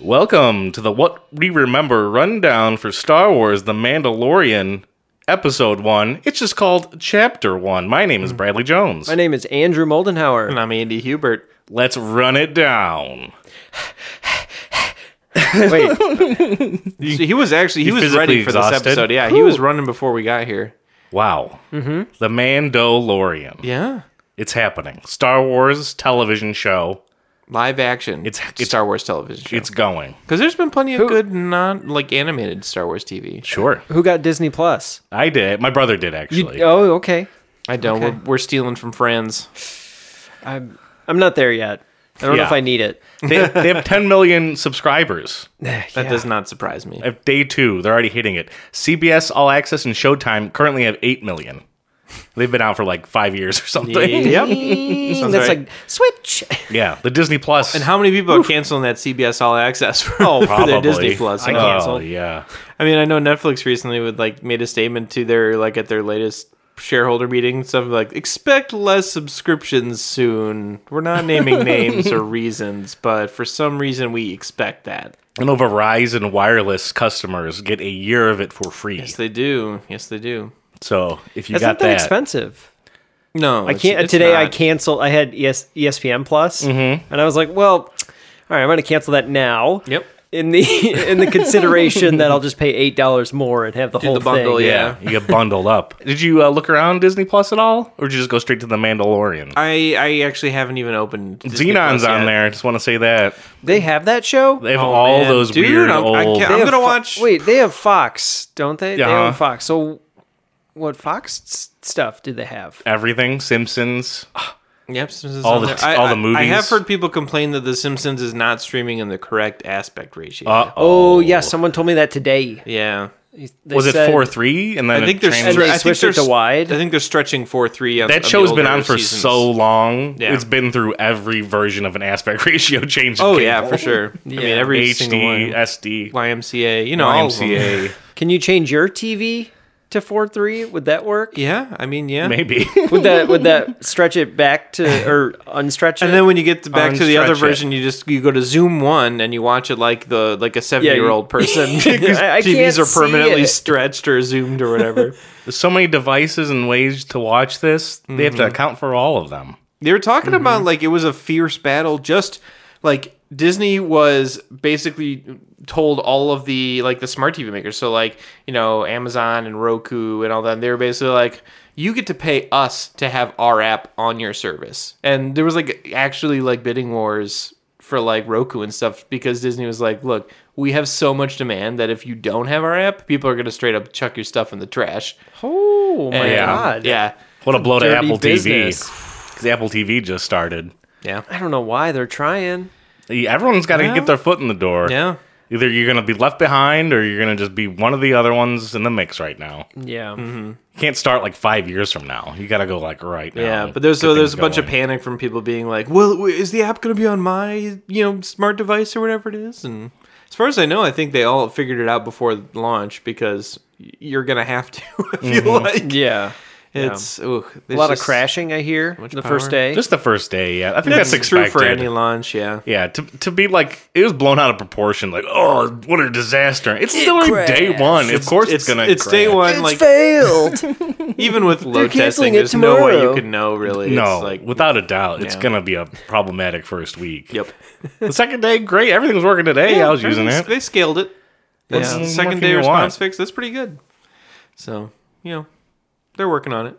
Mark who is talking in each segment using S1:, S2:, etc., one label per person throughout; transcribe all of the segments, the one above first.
S1: Welcome to the What We Remember rundown for Star Wars The Mandalorian, Episode 1. It's just called Chapter 1. My name is Bradley Jones.
S2: My name is Andrew Moldenhauer.
S3: And I'm Andy Hubert.
S1: Let's run it down.
S2: Wait,
S3: So he was actually he,
S1: You
S3: was
S1: physically
S3: ready for
S1: exhausted?
S3: this episode. Yeah, he was running before we got here.
S1: Wow. Mm-hmm. The Mandalorian.
S3: Yeah,
S1: It's happening. Star Wars television show.
S3: live action.
S1: It's- it's-
S3: Star Wars television
S1: It's going.
S3: because there's been plenty of good non like animated Star Wars TV.
S1: Sure.
S2: who got Disney Plus?
S1: I did. My brother did, actually.
S2: Oh, okay.
S3: I don't. We're, we're stealing from friends.
S2: I'm I'm not there yet. I don't know
S1: Yeah.
S2: if I need it.
S1: they, they have 10 million subscribers.
S3: That does not surprise me.
S1: At day two, they're already hitting it. CBS All Access and Showtime currently have 8 million. They've been out for like five years or something.
S3: Yep.
S2: That's like switch.
S1: Yeah, the Disney Plus.
S3: And how many people are canceling that CBS All Access for, Oh, for their Disney Plus?
S1: I
S3: Oh.
S1: canceled. yeah.
S3: I mean, I know Netflix recently would like made a statement to their like at their latest shareholder meeting, something like expect less subscriptions soon. We're not naming names or reasons, but for some reason we expect that.
S1: I know Verizon wireless customers get a year of it for free.
S3: Yes, they do. Yes, they do.
S1: so if you
S2: That's
S1: got
S2: not that,
S1: that,
S2: expensive.
S3: No,
S2: I can't today. I canceled. I had E ES, ESPN Plus, and I was like, well, all right, I'm going to cancel that now.
S3: Yep.
S2: In the in the consideration that I'll just pay eight dollars more and have the whole
S3: the bundle,
S2: thing.
S1: yeah, you get bundled up. Did you uh, look around Disney Plus at all, or did you just go straight to the Mandalorian?
S3: I I actually haven't even opened Disney
S1: Xenon's
S3: Plus
S1: on
S3: yet.
S1: there. I just want to say that
S2: They have that show.
S1: they have
S3: Oh,
S1: all
S3: man.
S1: those
S3: Dude,
S1: weird
S3: I'm- I
S1: old.
S3: can't-
S2: They
S3: I'm
S2: have
S3: gonna
S2: Fo-
S3: watch-
S2: Wait, they have Fox, don't they? They
S1: Uh-huh.
S2: own Fox. So, what Fox s- stuff did they have?
S1: Everything Simpsons.
S3: Yep, Simpsons
S1: All
S3: on
S1: the-
S3: there. I,
S1: all the
S3: I- I
S1: movies.
S3: have heard people complain that The Simpsons is not streaming in the correct aspect ratio.
S1: Uh
S2: Oh, yeah, someone told me that today.
S3: yeah.
S2: They
S1: Was it
S2: said-
S1: four three? And then
S3: I think
S1: it
S3: they're
S1: trans-
S2: And they
S3: I think
S2: switched
S3: they're
S2: it to
S3: s-
S2: wide?
S3: I think they're stretching four three. On,
S1: that
S3: the
S1: show's been
S3: older
S1: on for
S3: seasons.
S1: so long.
S3: Yeah.
S1: It's been through every version of an aspect ratio change. it
S3: Oh
S1: came
S3: yeah,
S1: out.
S3: for sure. I mean, every single
S1: HD,
S3: one.
S1: SD,
S3: YMCA, you know, all of them.
S1: YMCA,
S2: Can you change your TV to four three? Would that work?
S3: Yeah, I mean, yeah.
S1: maybe.
S2: Would that would that stretch it back to or unstretch it?
S3: And then when you get to back to the other
S1: Unstretch it.
S3: version, you just you go to Zoom one and you watch it like the like a seven year old person. whose
S2: I- I
S3: TVs
S2: can't
S3: are
S2: see
S3: permanently
S2: it.
S3: stretched or zoomed or whatever.
S1: There's so many devices and ways to watch this. They have to
S3: Mm-hmm.
S1: account for all of them.
S3: They were talking about like it was a fierce battle. Just like Disney was basically told all of the like the smart TV makers. So like you know Amazon and Roku and all that. They were basically like, you get to pay us to have our app on your service. And there was like actually like bidding wars for like Roku and stuff because Disney was like, look, we have so much demand that if you don't have our app, people are gonna straight up chuck your stuff in the trash.
S2: oh my
S3: And-
S2: god!
S3: Yeah.
S1: What a blow to
S2: dirty
S1: Apple
S2: business.
S1: TV. Because Apple TV just started.
S3: Yeah.
S2: I don't know why they're trying.
S1: Everyone's got to get their foot in the door.
S3: Yeah.
S1: Either you're going to be left behind or you're going to just be one of the other ones in the mix right now.
S2: Yeah,
S3: Mm-hmm.
S1: You can't start like five years from now. You got to go like right now.
S3: Yeah,
S1: and
S3: but there's
S1: get
S3: so there's
S1: things
S3: a bunch of
S1: going.
S3: panic from people being like, "Well, w- is the app going to be on my you know smart device or whatever it is?" And as far as I know, I think they all figured it out before launch because y- you're going to have to. I feel
S1: Mm-hmm.
S3: like
S2: yeah.
S3: it's ooh,
S2: A lot of crashing I hear the
S3: power.
S2: first day.
S1: Just the first day. Yeah. I think
S3: That's,
S1: that's,
S3: true
S1: expected.
S3: for any launch. Yeah,
S1: Yeah, to, to be like it was blown out of proportion. Like, oh, what a disaster! It's still like day one. of course, it's, gonna.
S3: it's day
S1: crash.
S3: one. like
S2: failed.
S3: even with low testing,
S2: canceling it
S3: there's no way you
S2: tomorrow.
S3: could know really.
S1: No,
S3: it's like
S1: without a doubt, it's
S3: Yeah.
S1: gonna be a problematic first week.
S3: yep.
S1: The second day, great. Everything was working today. I was using it.
S3: They scaled it. That's
S1: Yeah.
S3: the
S1: More
S3: second
S1: can
S3: day
S1: you
S3: response
S1: want?
S3: fix. That's pretty good. So, you know, they're working on it.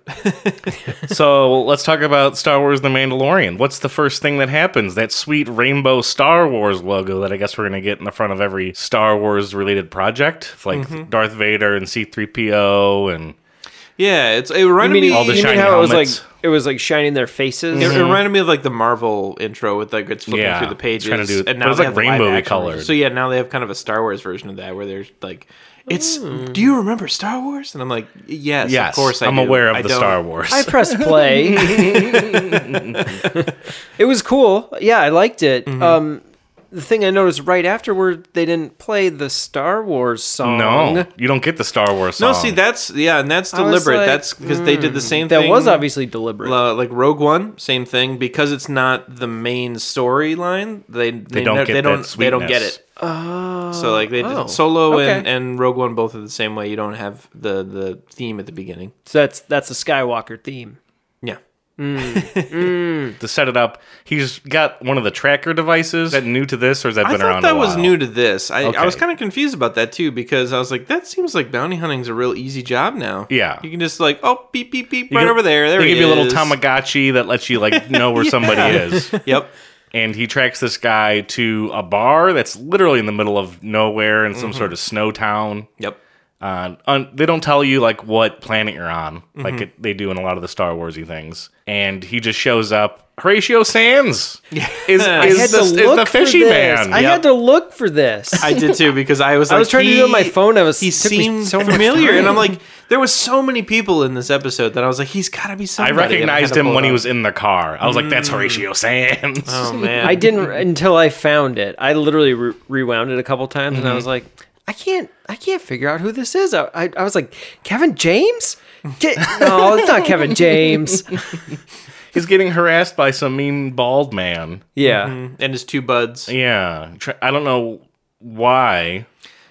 S1: so let's talk about Star Wars: The Mandalorian. What's the first thing that happens? That sweet rainbow Star Wars logo that I guess we're gonna get in the front of every Star Wars related project, like
S3: Mm-hmm.
S1: Darth Vader and C three PO and
S3: yeah, it's it reminded me
S1: all the
S2: you mean
S1: shiny
S2: how it was
S1: helmets.
S2: like it was like shining their faces.
S3: It, it reminded me of like the Marvel intro with like it's flipping
S1: Yeah,
S3: through the
S1: it's
S3: pages,
S1: trying to do-
S3: and
S1: but
S3: now
S1: it's,
S3: they
S1: like,
S3: have the live
S1: rainbowy
S3: action
S1: colored.
S3: version. So yeah, now they have kind of a Star Wars version of that where they're like, "It's do you remember Star Wars?" And I'm like, "Yes,
S1: Hmm. yes,
S3: of course I
S1: am
S3: do.
S1: aware of
S3: I
S1: the
S3: don't-
S1: Star Wars.
S2: I pressed play.
S3: Mm-hmm.
S2: it was cool. Yeah, I liked it. Um, the thing I noticed right afterward, they didn't play the Star Wars song.
S1: No, you don't get the Star Wars song.
S3: No, see that's yeah, and that's
S2: was
S3: deliberate.
S2: like, hmm.
S3: that's because they did the same
S2: that
S3: thing.
S2: was obviously deliberate.
S3: uh, like Rogue One, same thing because it's not the main storyline. They they,
S1: don't
S3: ne-
S1: get that
S3: they don't they don't get
S1: sweetness.
S3: it. so like they
S2: oh,
S3: Solo and,
S2: okay.
S3: and Rogue One both are the same way. You don't have the the theme at the beginning.
S2: so that's that's a Skywalker theme.
S3: Yeah.
S1: to set it up, he's got one of the tracker devices. Is that new to this, or has that
S3: I
S1: been around?
S3: thought that
S1: a
S3: was
S1: while?
S3: new to this. I, I was
S1: Okay.
S3: kind of confused about that too because I was like, that seems like bounty hunting's a real easy job now.
S1: Yeah.
S3: you can just like, oh, beep beep beep,
S1: You
S3: right
S1: go-
S3: over there. There
S1: they
S3: it
S1: give you a little
S3: is.
S1: Tamagotchi that lets you like know where somebody is.
S3: Yep.
S1: and he tracks this guy to a bar that's literally in the middle of nowhere in some
S3: Mm-hmm.
S1: sort of snow town.
S3: Yep.
S1: Uh, un- they don't tell you like what planet you're on, like
S3: Mm-hmm.
S1: it, they do in a lot of the Star Warsy things. And he just shows up. Horatio Sands is,
S3: I
S1: is, the, is the fishy
S2: for this.
S1: man.
S2: I
S3: Yep.
S2: had to look for this.
S3: I did too because I was. Like,
S2: I was trying to do it on my phone, I was-
S3: He
S2: it took me
S3: seemed
S2: so much
S3: familiar, and I'm
S2: time.
S3: like, there was so many people in this episode that I was like, he's got to be
S1: I
S3: somebody. and
S1: recognized
S3: had to
S1: him
S3: pull
S1: when
S3: it
S1: he
S3: up.
S1: was in the car. I was like, "That's Horatio Sands."
S3: Oh man,
S2: I didn't until I found it. I literally re- rewound it a couple times,
S1: Mm-hmm.
S2: and I was like, I can't, I can't figure out who this is. I, I, I was like, Kevin James? Get, no, it's not Kevin James.
S1: He's getting harassed by some mean bald man.
S2: Yeah,
S1: Mm-hmm.
S3: and his two buds.
S1: Yeah, Tr- I don't know why.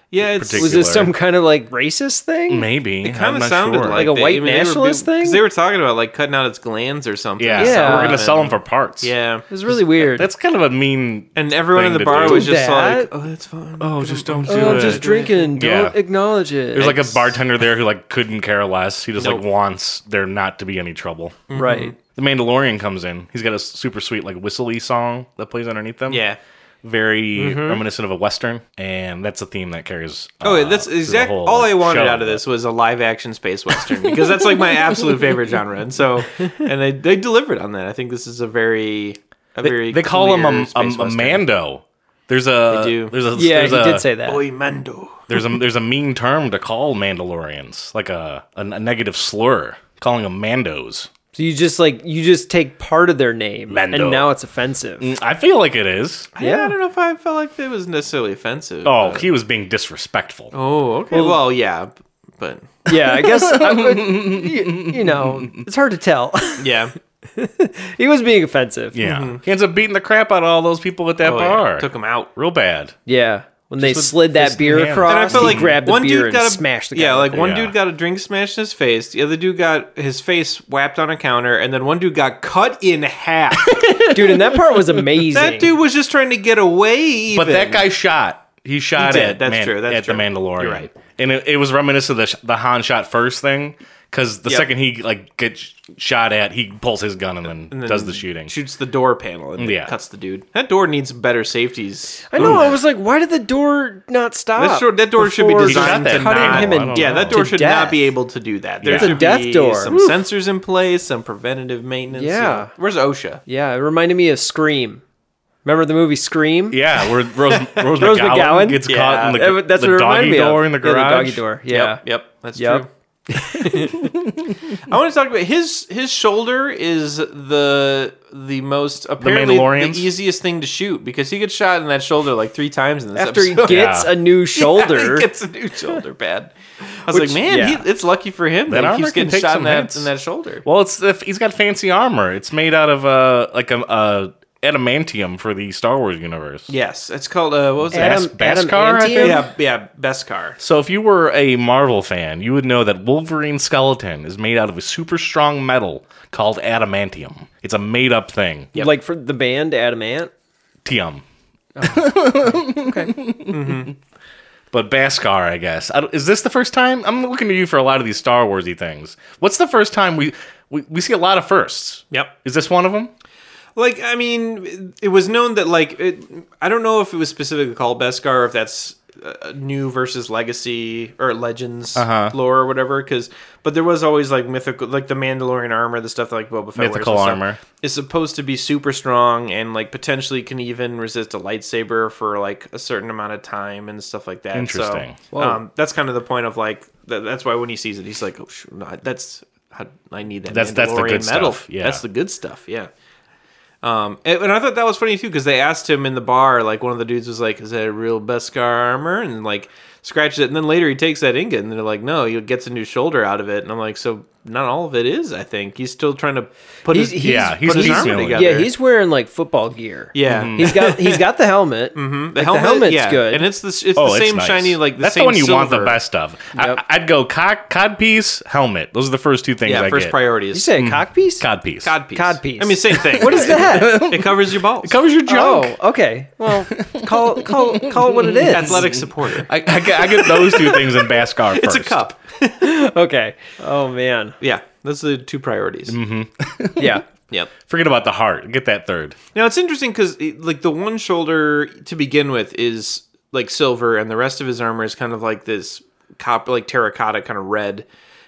S3: Yeah, it's,
S1: Particular-
S2: was this some kind of like racist thing?
S1: Maybe it
S3: kind of sounded like,
S2: Like a
S3: they-
S2: white
S3: they were-
S2: nationalist thing?
S3: Because they were talking about like cutting out its glands or something.
S1: Yeah,
S2: Yeah.
S1: we're gonna sell them for parts.
S3: Yeah.
S2: It was really weird.
S1: That's kind of a mean.
S3: And everyone
S1: Thing
S3: in the
S1: to
S3: bar
S1: do.
S3: was
S2: Do
S3: just
S2: that?
S3: like, "Oh, that's fine."
S1: Oh, just don't do
S2: oh, I'm just drinking. Don't
S1: Yeah.
S2: acknowledge it.
S1: There's like a bartender there who like couldn't care less. He just
S3: Nope.
S1: like wants there not to be any trouble.
S2: right.
S1: The Mandalorian comes in. He's got a super sweet like whistly song that plays underneath them.
S3: Yeah.
S1: very reminiscent of a western, and that's a theme that carries.
S3: Mm-hmm. Oh,
S1: uh,
S3: that's
S1: through the
S3: exactly
S1: whole
S3: all I wanted
S1: show.
S3: out of this was a live action space western because that's like my absolute favorite genre. And so, and they, they delivered on that. I think this is a very, a very
S1: They call him
S3: clear
S1: a,
S3: space
S1: a, a
S3: western.
S1: mando. There's a
S3: They do.
S1: there's a
S2: Yeah,
S1: there's
S2: he
S1: a,
S2: did say that.
S3: Boy Mando.
S1: there's a there's a mean term to call Mandalorians, like a a, a negative slur, calling them Mandos.
S2: So you just like you just take part of their name,
S1: Mando. Mm.
S2: and now it's offensive.
S1: I feel like it is.
S3: Yeah,
S2: Yeah.
S3: I don't know if I felt like it was necessarily offensive.
S1: Oh,
S3: but-
S1: he was being disrespectful.
S3: oh, okay. Well, yeah, b- but
S2: Yeah, I guess I would, you, you know it's hard to tell.
S3: yeah,
S2: he was being offensive.
S1: Yeah, he ends up beating the crap out of all those people at that
S3: mm-hmm. oh, yeah.
S1: bar.
S3: took him out.
S1: Real bad.
S2: Yeah. When they
S1: with
S2: slid
S1: fist
S2: that
S1: in
S2: beer
S1: hand.
S2: across,
S1: And
S2: I
S1: I
S2: feel
S1: feel
S2: he
S1: like
S2: grabbed the
S3: one
S2: beer
S3: dude
S2: and
S3: got a,
S2: smashed the guy.
S3: yeah, like one
S1: Yeah.
S3: dude got a drink smashed in his face. The other dude got his face whapped on a counter, and then one dude got cut in half.
S2: dude, and that part was amazing.
S3: that dude was just trying to get away.
S1: But
S3: even.
S1: that guy shot. He shot
S3: He did.
S1: at
S3: That's
S1: Man-
S3: true. That's
S1: at
S3: true.
S1: the Mandalorian.
S3: You're right.
S1: And it, it was reminiscent of the, sh- the Han shot first thing because the
S3: Yep.
S1: second he like gets sh- shot at, he pulls his gun and then,
S3: And
S1: does the shooting.
S3: shoots the door panel, and
S1: Yeah.
S3: cuts the dude. That door needs better safeties.
S2: I know. I was like, why did the door not stop?
S3: That door, that door should be
S2: before
S1: He shot
S3: designed
S1: that
S3: to
S1: nail.
S3: not.
S2: cutting him
S1: I don't
S2: in?
S1: know.
S3: yeah, that door
S2: to
S3: should
S2: death.
S3: not be able to do that. There
S1: It's a
S3: should
S2: death
S3: be
S2: door.
S3: some
S2: Oof.
S3: sensors in place, some preventative maintenance.
S2: Yeah.
S3: Where's OSHA?
S2: Yeah, it reminded me of Scream. Remember the movie Scream?
S1: yeah, where Rose, Rose,
S2: Rose
S1: McGowan,
S2: McGowan?
S1: gets
S3: Yeah.
S1: caught in the,
S2: That w- that's
S1: the
S2: what it reminded
S1: doggy
S2: me
S1: door
S2: of.
S1: in the
S2: Yeah,
S1: garage.
S2: doggy door. Yeah.
S3: Yep, yep, that's
S2: Yep.
S3: true. I want to talk about his his shoulder is the the most apparently the,
S1: Mandalorians?
S3: easiest thing to shoot because he gets shot in that shoulder like three times in this
S2: After he
S3: episode.
S2: gets
S1: Yeah.
S2: a new
S3: Yeah,
S2: shoulder,
S3: he gets a new shoulder pad. I was
S2: Which-
S3: like, man,
S2: yeah.
S3: he, it's lucky for him
S1: That
S3: that, he
S1: armor
S3: keeps
S1: can
S3: getting
S1: take
S3: shot in
S1: some
S3: that,
S1: hits.
S3: in that shoulder.
S1: Well, it's if he's got fancy armor. It's made out of uh like a, a adamantium for the Star Wars universe.
S3: Yes, it's called uh, what was it?
S1: Bas-
S2: Adam- Adam
S1: Baskar, I
S2: Antium?
S1: think.
S3: Yeah, yeah, best car.
S1: So if you were a Marvel fan, you would know that Wolverine's skeleton is made out of a super strong metal called adamantium. It's a made up thing.
S2: like for the band Adamant.
S1: Tium.
S3: Oh. Mm-hmm.
S1: But Baskar, I guess. I don't- is this the first time? I'm looking to you for a lot of these Star Warsy things. What's the first time we, we we see a lot of firsts?
S3: Yep.
S1: Is this one of them?
S3: Like, I mean, it- it was known that like it, I don't know if it was specifically called Beskar or if that's uh, new versus legacy or legends
S1: Uh-huh.
S3: lore or whatever. Because, but there was always like mythical, like the Mandalorian armor, the stuff that, like Boba Fett wears and
S1: Mythical
S3: stuff,
S1: armor.
S3: is supposed to be super strong and like potentially can even resist a lightsaber for like a certain amount of time and stuff like that.
S1: Interesting.
S3: So, um, that's kind of the point of like that, that's why when he sees it, he's like, oh, shoot, no, that's. how- I need that.
S1: That's- that's the
S3: Mandalorian
S1: good
S3: metal.
S1: stuff, yeah.
S3: that's the good stuff. Yeah. Um, and, and I thought that was funny too because they asked him in the bar, like one of the dudes was like, "Is that real Beskar armor?" and like scratches it, and then later he takes that ingot, and they're like, "No, he gets a new shoulder out of it," and I'm like, "So not all of it is, I think. He's still trying to put
S2: He's-
S3: his
S2: he's-
S1: Yeah, he's
S3: put his armor
S1: piecemealing.
S3: together.
S2: Yeah, he's wearing like football gear.
S3: yeah." Mm-hmm.
S2: he's got he's got the helmet.
S3: mm, The,
S2: Like, The,
S3: helmet,
S2: helmet's
S3: yeah.
S2: good.
S3: and it's the it's
S1: Oh,
S3: the
S1: it's
S3: same
S1: nice.
S3: shiny like the
S1: that's
S3: same
S1: the one you want the
S3: silver.
S1: best of.
S2: Yep.
S1: I, I'd go cock, cod piece, helmet. Those are the first two things.
S3: Yeah,
S1: I
S3: first
S1: get.
S3: priority is
S2: you say a cockpiece?
S1: Cod piece.
S3: codpiece.
S2: Codpiece.
S3: I mean, same thing.
S2: What is that?
S3: It covers your balls.
S1: covers your junk.
S2: Oh, okay. Well, call call call it what it is.
S3: athletic supporter.
S1: I, I, get- I get those two things in Baskar first.
S3: It's a cup.
S2: Okay. Oh man.
S3: Yeah, those are the two priorities.
S1: Mm-hmm.
S2: Yeah.
S3: Yep.
S1: Forget about the heart. Get that third.
S3: Now it's interesting because like the one shoulder to begin with is like silver, and the rest of his armor is kind of like this copper, like terracotta, kind of red.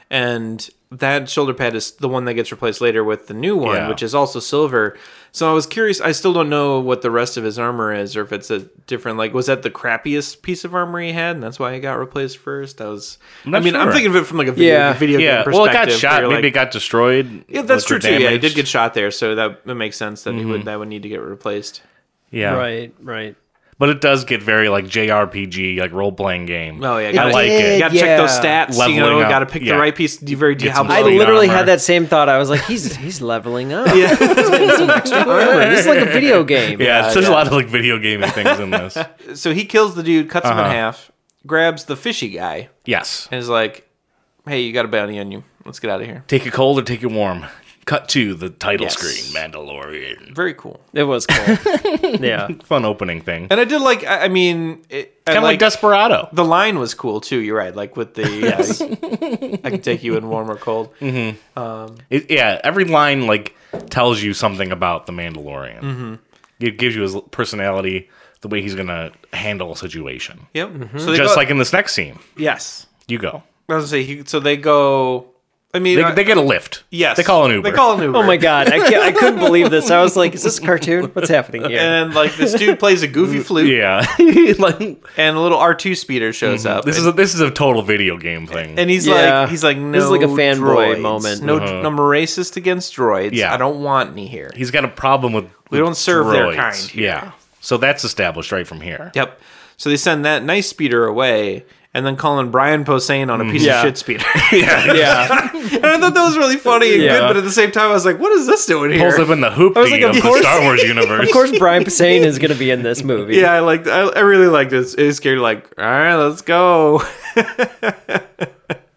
S3: And that shoulder pad is the one that gets replaced later with the new one,
S1: Yeah.
S3: which is also silver. So I was curious. I still don't know what the rest of his armor is, or if it's a different. Like, was that the crappiest piece of armor he had, and that's why it got replaced first? I was. I
S1: not
S3: mean, I'm
S1: sure.
S3: thinking of it from like a video,
S2: Yeah.
S3: video game
S1: Yeah.
S3: perspective.
S1: Well, it got
S3: where
S1: shot.
S3: you're
S1: Maybe
S3: like-
S1: it got destroyed.
S3: Yeah, that's
S1: with
S3: true
S1: the
S3: too. Yeah, he did
S1: damage. Mhm.
S3: get shot there, so that, that makes sense that he would that would need to get replaced.
S1: Yeah.
S2: Right. Right.
S1: But it does get very like JRPG, like role playing game.
S3: Oh yeah,
S1: I
S3: gotta,
S1: like
S2: did.
S1: it.
S3: gotta check those
S2: yeah.
S3: stats. you know,
S1: Leveling up,
S3: gotta pick
S1: yeah.
S3: the right piece. You very
S1: Get some
S3: Diablo.
S2: I
S1: Clean
S2: literally
S1: armor.
S2: had that same thought. I was like, he's he's leveling up. Yeah. This is like a video game.
S1: Yeah, there's a lot of like video gaming things in this.
S3: So he kills the dude, cuts
S1: Uh-huh.
S3: him in half, grabs the fishy guy,
S1: Yes.
S3: and is like, "Hey, you got a bounty on you. Let's get out of here."
S1: Take it cold or take it warm. Cut to the title
S3: Yes.
S1: screen, Mandalorian.
S3: Very cool.
S2: It was cool. yeah.
S1: Fun opening thing.
S3: And I did like. I, I mean, it, I
S1: Kind of like,
S3: liked-
S1: Desperado.
S3: the line was cool too. You're right. Like with the yes. I can take you in warm or cold.
S1: Mm-hmm. It, yeah, every line like tells you something about the Mandalorian.
S3: Mm-hmm.
S1: It gives you his personality, the way he's gonna handle a situation.
S3: Yep. So they
S1: Mm-hmm. Just
S3: go-
S1: like in this next scene,
S3: yes.
S1: you go.
S3: I was gonna say. He, so they go. I mean,
S1: They,
S3: I-
S1: they get a lift.
S3: yes.
S1: they call an Uber.
S3: They call an Uber.
S2: Oh my god, I can't, I couldn't believe this. I was like, is this a cartoon? What's happening here?
S3: and like this dude plays a goofy flute
S1: Yeah, like,
S3: and a little R2 speeder shows up.
S1: this is
S3: and,
S1: a, this is a total video game thing.
S3: and he's
S2: Mm-hmm. Yeah.
S3: like he's like no
S2: This is like a fanboy
S3: droids.
S2: moment. Uh-huh.
S3: No no, I'm racist against droids.
S1: Yeah.
S3: I don't want any here.
S1: he's got a problem with we
S3: don't serve their kind here.
S1: Yeah, so that's established right from here.
S3: Yep. So they send that nice speeder away and then calling Brian Posehn on a piece
S2: Mm-hmm. Yeah.
S3: of shit speeder.
S2: Yeah,
S3: and I thought that was really funny and
S2: Yeah.
S3: good, but at the same time I was like, what is this doing here?
S1: Pulls up in the hoop
S2: was like,
S1: of
S2: of
S1: the
S2: course-
S1: Star Wars universe.
S2: of course, Brian Posehn is going to be in this movie.
S3: yeah, I liked I, I really liked this. It was scary like, all right, let's go.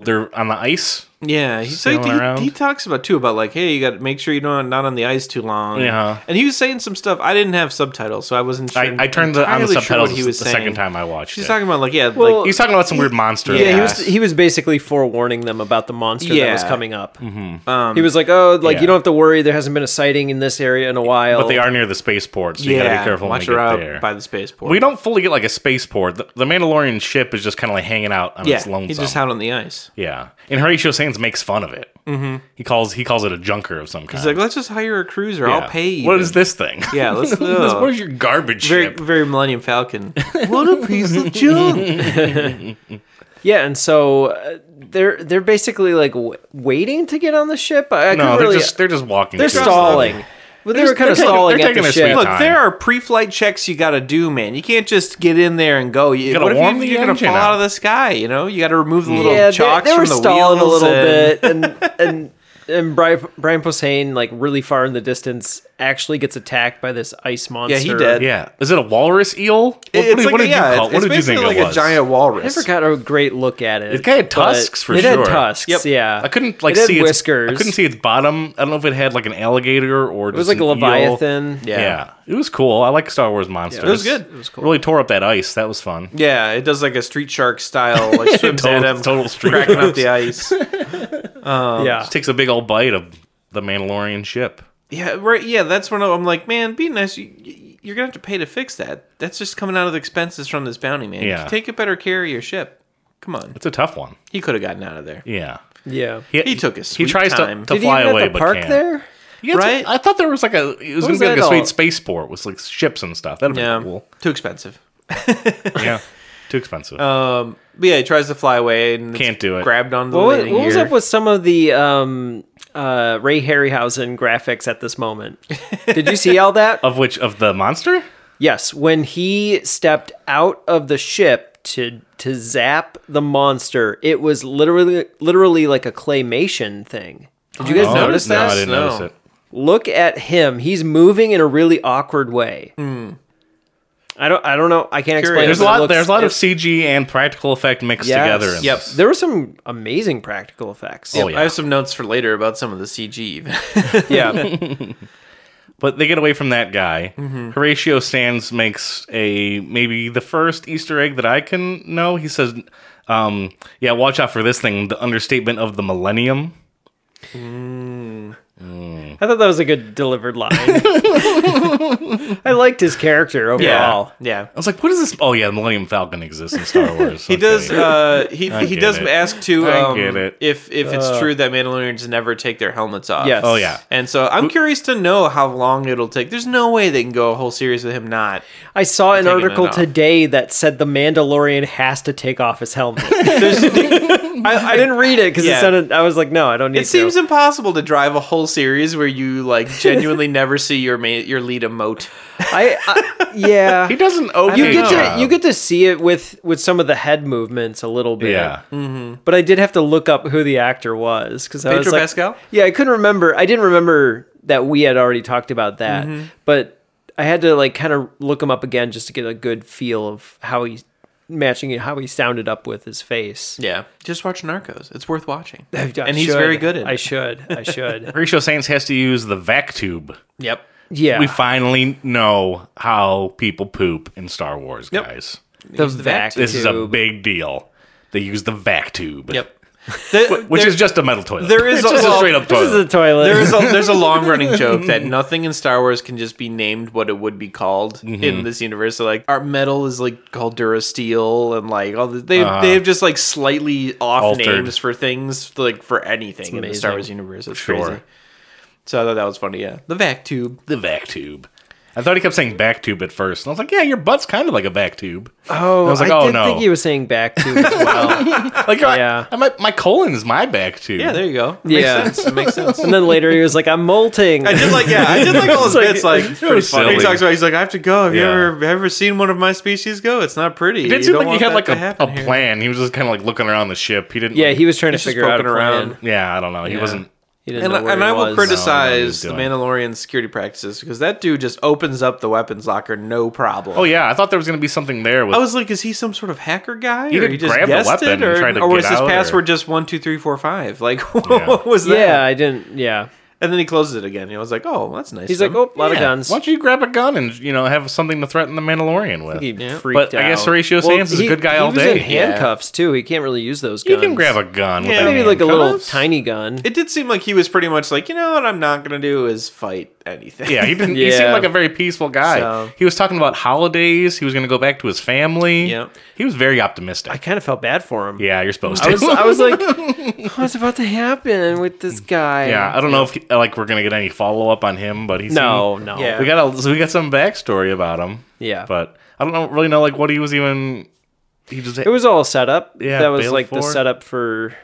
S1: They're on the ice.
S3: Yeah, he, so
S1: Sailing around.
S3: he, he talks about too about like, hey, you got to make sure you don't not on the ice too long.
S1: Yeah.
S3: and he was saying some stuff. I didn't have subtitles, so I wasn't. Sure,
S1: I, I turned the, on the
S3: entirely sure
S1: subtitles
S3: what
S1: the second time I watched.
S3: She's
S1: it.
S3: talking about like, yeah,
S2: Well,
S3: like
S1: He's talking about some weird monster.
S2: Yeah, he
S1: Yeah.
S2: was he was basically forewarning them about the monster that was
S3: Yeah.
S2: coming up. he was like, "Oh, like
S1: Mm-hmm. Yeah.
S2: you don't have to worry. There hasn't been a sighting in this area in a while."
S1: But they are near the spaceport, so you
S3: yeah,
S1: gotta be careful when
S3: watch
S1: you
S3: her
S1: get
S3: out
S1: there.
S3: by the spaceport.
S1: we don't fully get like a spaceport. The, the Mandalorian ship is just kind of like hanging out on
S3: yeah,
S1: its lonesome.
S3: he's just out on the ice.
S1: yeah, and Horatio Sands makes fun of it. Mm-hmm. He calls he calls it a junker of some kind.
S3: He's like, let's just hire a cruiser. I'll pay you.
S1: What is this thing?
S3: Yeah, let's.
S1: This-
S3: ugh.
S1: what is your garbage
S3: very
S1: ship?
S3: very Millennium Falcon. what a piece of junk.
S2: yeah, and so uh, they're they're basically like w- waiting to get on the ship. I, I
S1: No,
S2: couldn't
S1: they're
S2: really.
S1: just they're just walking.
S2: they're
S1: through.
S2: stalling. Well, they were kind
S1: they're
S2: of
S1: taking-
S2: stalling
S1: they're
S2: at
S1: taking
S2: the
S1: their
S2: ship.
S1: sweet
S3: Look,
S1: time.
S3: there are pre-flight checks you got to do, man. You can't just get in there and go. You,
S1: gotta
S3: what if
S1: warm
S3: you,
S1: the
S3: you're gonna
S1: engine
S3: fall
S1: up.
S3: out of the sky? You know, you got to remove the little
S2: yeah,
S3: chocks
S2: they, they were
S3: from the
S2: stalling a
S3: wheels
S2: little
S3: and-
S2: bit, and and and Brian, Brian Posehn, like really far in the distance, actually gets attacked by this ice monster.
S3: he did.
S1: Yeah, is it a walrus eel? What,
S3: It's
S1: what did-
S3: like,
S1: what did
S3: yeah,
S1: you call?
S3: it's-
S1: What
S3: it's
S1: did you think
S3: basically
S1: it
S3: like
S1: was?
S3: a giant
S2: I
S3: walrus.
S2: never got a great look at it.
S1: It kind of
S2: but
S1: tusks for
S2: it
S1: sure.
S2: had tusks,
S3: Yep.
S2: yeah.
S1: I couldn't like
S2: it had
S1: see
S2: whiskers.
S1: Its, I couldn't see its bottom. I don't know if it had like an alligator or
S2: It was like a leviathan.
S1: Yeah. it was cool. I like Star Wars monsters.
S3: it was good. It was
S1: cool. Really tore up that ice. That was fun.
S3: Yeah, it does like a street shark style, like swims
S1: Total-
S3: at him,
S1: total street
S3: cracking
S1: shark.
S3: up the ice.
S2: yeah.
S1: Takes a big old bite of the Mandalorian ship.
S3: Yeah, right. Yeah, that's when I'm like, man, be nice. You, you're gonna have to pay to fix that. That's just coming out of the expenses from this bounty, man.
S1: Yeah.
S3: take a better care of your ship. Come on,
S1: It's a tough one.
S3: he could have gotten out of there.
S1: Yeah,
S2: Yeah.
S3: He took his
S1: He
S3: sweet
S1: tries
S3: time.
S1: to, to
S2: Did
S1: fly
S2: he even
S1: away,
S2: have to
S1: but
S2: park
S1: can't.
S2: there?
S1: Yeah, it's-
S3: Right?
S1: I thought there was like a. It was
S2: What
S1: going
S2: was
S1: to be like
S2: that
S1: a
S2: all-
S1: sweet spaceport with like ships and stuff. That'd be
S3: Yeah,
S1: cool.
S3: too expensive.
S1: Yeah. Too expensive.
S3: Um, but yeah, he tries to fly away and it's
S1: Can't do it.
S3: Grabbed onto the
S2: What was,
S3: landing
S2: what was
S3: gear.
S2: up with some of the um, uh, Ray Harryhausen graphics at this moment? Did you see all that?
S1: of which of the monster?
S2: Yes, when he stepped out of the ship to to zap the monster, it was literally literally like a claymation thing. Did you guys
S1: Oh,
S2: notice
S1: no,
S2: that?
S1: I didn't
S3: No.
S1: notice it.
S2: Look at him; he's moving in a really awkward way. I don't. I don't know. I can't explain. it,
S1: Hmm. There's a
S2: but it
S1: lot.
S2: looks-
S1: there's a lot of
S2: it-
S1: CG and practical effect mixed
S2: Yes.
S1: together. In
S3: Yep.
S1: this.
S2: There were some amazing practical effects.
S1: Oh, yeah.
S3: I have some notes for later about some of the CG. Even.
S2: yeah.
S1: But they get away from that guy.
S2: Mm-hmm.
S1: Horatio Sands makes a maybe the first Easter egg that I can know. He says, um, "Yeah, watch out for this thing. The understatement of the millennium."
S2: I thought that was a good delivered line. I liked his character overall.
S3: yeah.
S1: I was like, "What is this?" Oh yeah, the Millennium Falcon exists in Star Wars.
S3: He does. Uh, he he
S1: get
S3: does
S1: it.
S3: ask to
S1: I
S3: um,
S1: get it.
S3: if if it's true that Mandalorians never take their helmets off.
S2: Uh, Yes.
S1: oh yeah.
S3: And so I'm curious to know how long it'll take. There's no way they can go a whole series with him not.
S2: I saw an
S3: Taking it
S2: article
S3: off.
S2: today that said the Mandalorian has to take off his helmet.
S3: There's, I,
S2: I didn't read it because
S3: Yeah.
S2: it sounded. I was like, no, I don't need.
S3: It seems
S2: to.
S3: impossible to drive a whole series where you like genuinely never see your ma- your lead emote.
S2: I, I yeah.
S1: He doesn't. Oh,
S2: You get to you get to see it with with some of the head movements a little bit.
S1: Yeah.
S2: But I did have to look up who the actor was because I was
S3: Pedro
S2: like,
S3: Pascal?
S2: Yeah, I couldn't remember. I didn't remember that we had already talked about that,
S3: Mm-hmm.
S2: but I had to like kind of look him up again just to get a good feel of how he's matching it, how he sounded up with his face.
S3: Yeah, just watch Narcos. It's worth watching,
S2: I
S3: and he's
S2: should.
S3: very good at it.
S2: I should. I should.
S1: Horatio Sands has to use the vac tube.
S3: yep.
S2: yeah.
S1: We finally know how people poop in Star Wars,
S3: Yep.
S1: guys.
S2: the
S3: the vac
S2: vac
S1: This is a
S2: tube.
S1: big deal. They use the vac tube.
S3: Yep. The-
S1: Which
S3: there-
S1: is just a metal toilet.
S3: there is
S1: It's just
S3: a-
S1: a straight up
S2: This is
S1: toilet.
S2: a toilet.
S3: there is a, there's a long running joke that nothing in Star Wars can just be named what it would be called
S1: Mm-hmm.
S3: in this universe. So like our metal is like called Durasteel, and like all the, they
S1: Uh-huh.
S3: they've just like slightly off
S1: Altered.
S3: names for things like for anything in the Star
S2: amazing.
S3: Wars universe. It's
S1: Sure.
S3: crazy. So I thought that was funny. Yeah, the vac tube.
S1: the vac tube. I thought he kept saying back tube at first, and I was like, "Yeah, your butt's kind of like a back tube."
S2: oh,
S1: I was like,
S2: I
S1: "Oh,
S2: did
S1: no."
S2: think he was saying back to as well.
S1: Like, I-
S2: Yeah.
S1: I, my, my colon is my back tube.
S3: Yeah, there you go. Makes
S2: Yeah.
S3: sense. It makes sense.
S2: and then later he was like, I'm molting.
S3: I did like yeah, I did like all his bits like pretty funny.
S1: silly.
S3: He talks about he's like I have to go. Have you
S1: Yeah.
S3: ever ever seen one of my species go? It's not pretty.
S1: It
S3: You
S1: did seem
S3: don't
S1: like
S3: want
S1: he had
S3: that
S1: like
S3: to
S1: a,
S3: happen
S1: a
S3: here."
S1: plan. He was just kind of like looking around the ship. He didn't.
S2: yeah,
S1: like-
S2: he was trying to
S3: He's just
S2: figure out a
S3: poking
S2: plan.
S3: around.
S1: Yeah, I don't know. He wasn't.
S2: He didn't
S3: And,
S2: know where
S3: and
S2: he
S3: I will
S2: was.
S3: criticize
S1: No,
S3: the
S1: I know what he's
S3: Mandalorian's security practices because that dude just opens up the weapons locker, no problem.
S1: Oh yeah, I thought there was gonna be something there with
S3: I was like, is he some sort of hacker guy?
S1: He
S3: or
S1: didn't
S3: he just
S1: grab the
S3: guessed
S1: weapon
S3: it,
S1: and
S3: or,
S1: tried to
S3: or
S1: get
S3: was his
S1: out, or-
S3: password just one two three four five? Like,
S1: Yeah.
S3: what was that?
S2: Yeah, I didn't. Yeah.
S3: And then he closes it again. He was like, oh, that's nice.
S2: He's
S3: of
S2: like,
S3: him.
S2: oh, a lot of
S1: Yeah,
S2: guns.
S1: Why don't you grab a gun and you know have something to threaten the Mandalorian with?
S2: He
S1: He,
S2: freaked
S1: But I guess
S2: out.
S1: Horatio Sands is a
S2: he-
S1: good guy
S2: he
S1: all
S2: was
S1: day.
S2: in handcuffs, too. He can't really use those guns.
S1: can grab a gun.
S3: Yeah,
S1: with
S2: Maybe like a little
S1: handcuffs.
S2: tiny gun.
S3: It did seem like he was pretty much like, you know what, I'm not gonna do is fight anything.
S1: Yeah, he didn't. He
S2: Yeah.
S1: seemed like a very peaceful guy.
S3: So-
S1: He was talking about holidays. He was going to go back to his family.
S3: Yep.
S1: He was very optimistic.
S2: I kind of felt bad for him.
S1: yeah, you're supposed to.
S2: I was, I was like, what's about to happen with this guy?
S1: yeah, I don't know if like we're going to get any follow up on him, but he's
S2: No, no.
S3: Yeah.
S1: We got a, so we got some backstory about him.
S2: Yeah.
S1: but I don't know, really know like what he was even. He just
S2: It was all set up.
S1: Yeah,
S2: that was
S1: Bale
S2: like the
S1: Ford.
S2: setup for.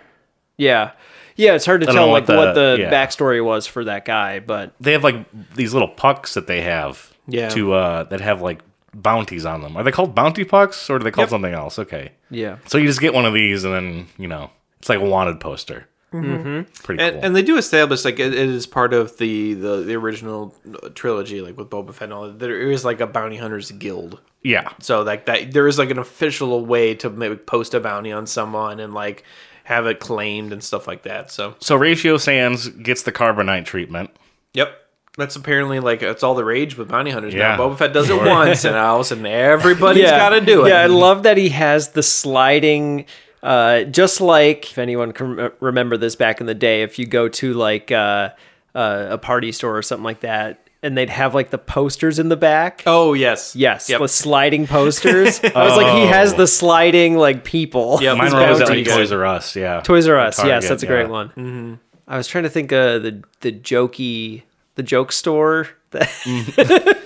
S2: Yeah, yeah. It's hard to
S1: don't
S2: tell
S1: know
S2: like
S1: what
S2: what
S1: the-
S2: the
S1: yeah.
S2: backstory was for that guy, but
S1: they have like these little pucks that they have
S3: Yeah.
S1: to uh that have like bounties on them are they called bounty pucks or do they call something else okay
S2: yeah.
S1: so you just get one of these and then you know it's like a wanted poster mm-hmm. pretty
S3: And,
S1: cool
S3: and they do establish like it, it is part of the, the the original uh, trilogy, like with Boba Fett and all. that, There is like a bounty hunters guild,
S1: yeah
S3: so like that there is like an official way to maybe post a bounty on someone and like have it claimed and stuff like that. So
S1: so ratio sands gets the carbonite treatment
S3: yep, that's apparently like it's all the rage with bounty hunters
S1: Yeah.
S3: now. Boba Fett does it once, and all of a sudden everybody's got to do it.
S2: Yeah, I love that he has the sliding. Uh, just like if anyone can rem- remember this back in the day, if you go to like uh, uh, a party store or something like that, and they'd have like the posters in the back.
S3: oh yes,
S2: Yes,
S3: Yep.
S2: the sliding posters. I was like, he has the sliding like people.
S3: Yeah,
S1: mine
S3: These
S1: were always at like
S3: bounties.
S1: toys r us yeah
S2: Toys R Us.
S1: Target,
S2: yes, that's a great
S1: yeah.
S2: one. I was trying to think of the the jokey the joke store. that-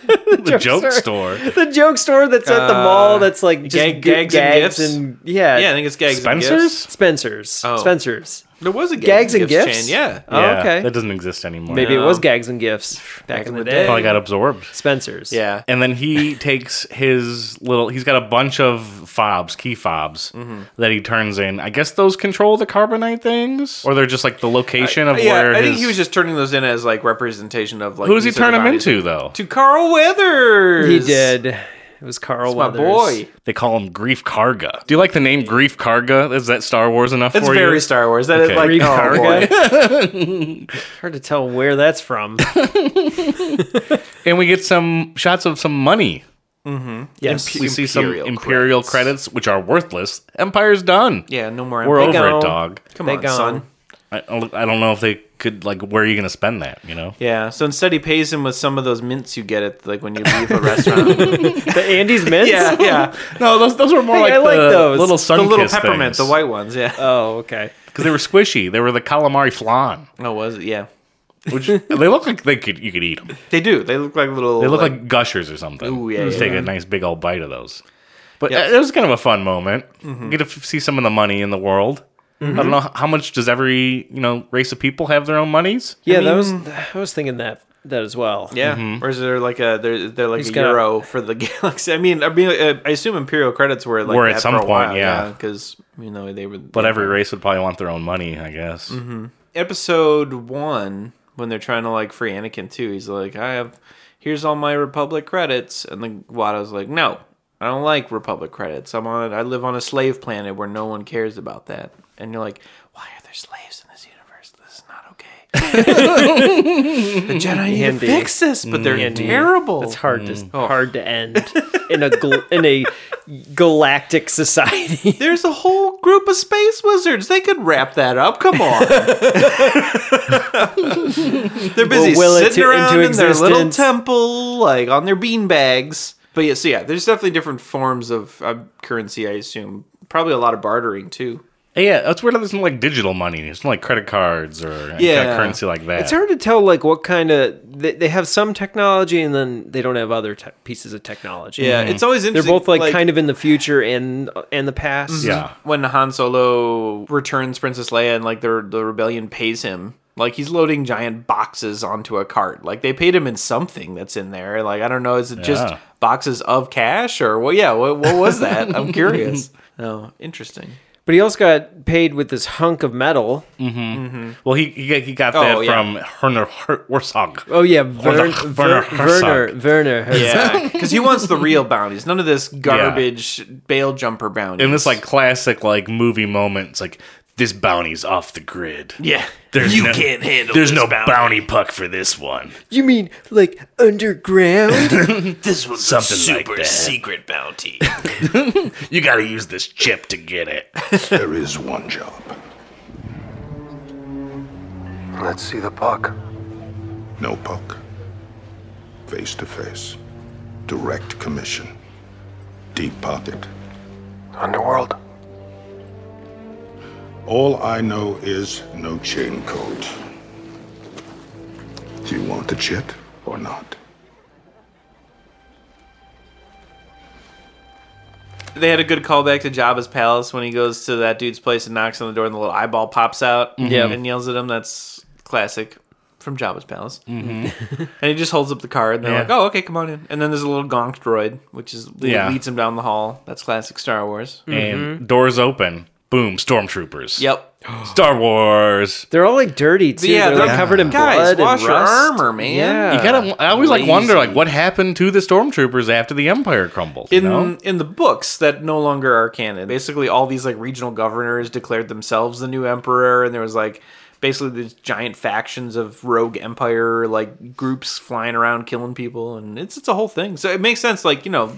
S1: the joke store.
S2: The joke store that's at the mall that's like just
S3: gag-
S2: good
S3: gags and gifts?
S2: and- yeah.
S3: Yeah, I think it's Gags and Gifts.
S1: Spencer's?
S2: Spencer's.
S3: Oh.
S2: Spencer's.
S3: There was a
S2: Gags and Gifts?
S3: chain, yeah.
S1: Uh,
S2: Oh, okay.
S1: That doesn't exist anymore.
S2: Maybe it
S3: No.
S2: was gags and gifts back in the day.
S1: Probably got absorbed.
S2: Spencer's.
S3: Yeah.
S1: And then he takes his little, he's got a bunch of fobs, key fobs, that he turns in. I guess those control the carbonite things? Or they're just like the location of
S3: Yeah,
S1: where
S3: I think
S1: his-
S3: he was just turning those in as like representation of like.
S1: Who does he
S3: these other
S1: turn him
S3: bodies.
S1: into, though?
S3: To Carl Weathers.
S2: He did. It was Carl
S3: My
S2: Weathers.
S3: boy.
S1: They call him Grief Karga. Do you like the name Grief Karga? Is that Star Wars enough
S3: That's
S1: for you?
S3: very Star Wars. That is
S1: Okay.
S3: like
S1: Reed
S3: oh, boy.
S2: Hard to tell where that's from.
S1: and we get some shots of some money.
S2: Yes.
S1: We see some
S3: Imperial
S1: Imperial credits. which are worthless. Empire's done.
S3: Yeah, no more.
S1: We're
S3: Empire.
S1: over
S2: gone.
S1: it, dog.
S3: Come
S2: They
S3: on,
S2: gone.
S3: son.
S1: I, I don't know if they could, like, where are you going to spend that, you know?
S3: Yeah. So instead, he pays him with some of those mints you get at like when you leave a restaurant.
S2: the Andes Mints?
S3: yeah, yeah.
S1: No, those, those were more
S2: Hey,
S1: like,
S2: I like
S1: the
S2: those.
S1: little
S2: The
S1: sun
S3: the little peppermint, the white ones. Yeah.
S2: Oh, okay.
S1: because they were squishy. They were the calamari flan.
S3: Oh, was it? Yeah.
S1: Which they look like they could you could eat them.
S3: They do. They look like little.
S1: They look like, gushers or something.
S3: Ooh, yeah,
S1: Just
S3: yeah.
S1: take a nice big old bite of those. But
S3: Yeah. Mm-hmm.
S1: uh, it was kind of a fun moment. You get to f- see some of the money in the world. I don't know h- how much does every you know race of people have their own monies.
S2: Yeah, that was I was thinking that that as well.
S3: Yeah,
S1: Mm-hmm.
S3: or is there like a they're, they're like
S2: He's
S3: a
S2: got-
S3: euro for the galaxy? I mean, I mean, uh, I assume Imperial credits were like
S1: Were at
S3: that
S1: some
S3: for a
S1: point,
S3: while,
S1: yeah.
S3: because you know they were.
S1: But every race would probably want their own money, I guess.
S3: Mm-hmm. episode one, when they're trying to like free Anakin too, he's like, I have here's all my Republic credits, and the Watto's like, No, I don't like Republic credits. I'm on I live on a slave planet where no one cares about that, and you're like, Why are there slaves in this universe? This is not okay. the Jedi need to
S2: Handy.
S3: fix this, but they're
S2: Handy.
S3: terrible.
S2: It's hard to
S3: Mm.
S2: hard to end
S3: Oh.
S2: in a gl- in a galactic society.
S3: There's a whole group of space wizards. They could wrap that up. Come on. they're busy
S2: will it
S3: sitting
S2: to-
S3: around
S2: into
S3: in their little
S2: existence?
S3: temple, like on their beanbags. But yeah, so yeah, there's definitely different forms of uh, currency. I assume probably a lot of bartering too.
S1: Hey, Yeah, that's weird. how There's no like digital money. There's no like credit cards or any kind of
S3: Yeah.
S1: currency like that.
S2: It's hard to tell like what kind of they, they have some technology and then they don't have other te- pieces of technology.
S3: Yeah, it's always
S2: They're
S3: interesting.
S2: both like, kind of in the future and and the past.
S1: yeah,
S3: when Han Solo returns Princess Leia and like the the rebellion pays him. Like he's loading giant boxes onto a cart. Like they paid him in something that's in there. Like I don't know, is it just
S1: Yeah.
S3: boxes of cash or well, yeah, what, what was that? I'm curious. Oh, interesting.
S2: But he also got paid with this hunk of metal.
S1: Well, he he, got- he got
S3: Oh,
S1: that
S3: yeah.
S1: from Herner Her- Herzog.
S2: Oh yeah, Vern,
S1: the-
S2: Ver-
S1: Werner Herzog.
S2: Werner Werner Herzog.
S3: Yeah, because he wants the real bounties. None of this garbage bail jumper bounties.
S1: in this like classic like movie moment. It's like this bounty's off the grid.
S3: yeah,
S1: There's you can't handle. There's no bounty. puck for this one.
S2: You mean like underground?
S1: This was something super like that.
S3: secret bounty.
S1: You got to use this chip to get it.
S4: There is one job.
S5: Let's see the puck.
S4: No puck. Face to face. Direct commission. Deep pocket.
S5: Underworld.
S4: All I know is no chain code. Do you want the chit or not?
S3: they had a good callback to Jabba's palace when he goes to that dude's place and knocks on the door, and the little eyeball pops out
S1: Mm-hmm.
S3: and yells at him. That's classic from Jabba's palace. Mm-hmm. and he just holds up the card, and they're
S1: Yeah.
S3: like, "Oh, okay, come on in." And then there's a little gonk droid, which is
S1: Yeah.
S3: leads him down the hall. That's classic Star Wars.
S1: And doors open. Boom! Stormtroopers.
S3: Yep.
S1: Star Wars.
S2: they're all like dirty too. Yeah,
S3: yeah,
S2: they're like
S3: they're-
S2: covered in
S3: Guys,
S2: blood
S3: wash
S2: and
S3: your
S2: rust.
S3: armor, man.
S2: Yeah.
S1: You
S3: Uh,
S1: gotta, I always like wonder
S3: lazy.
S1: like what happened to the stormtroopers after the Empire crumbled.
S3: in
S1: you know?
S3: in the books that no longer are canon. Basically, all these like regional governors declared themselves the new emperor, and there was like basically these giant factions of rogue empire like groups flying around killing people, and it's it's a whole thing. So it makes sense, like you know.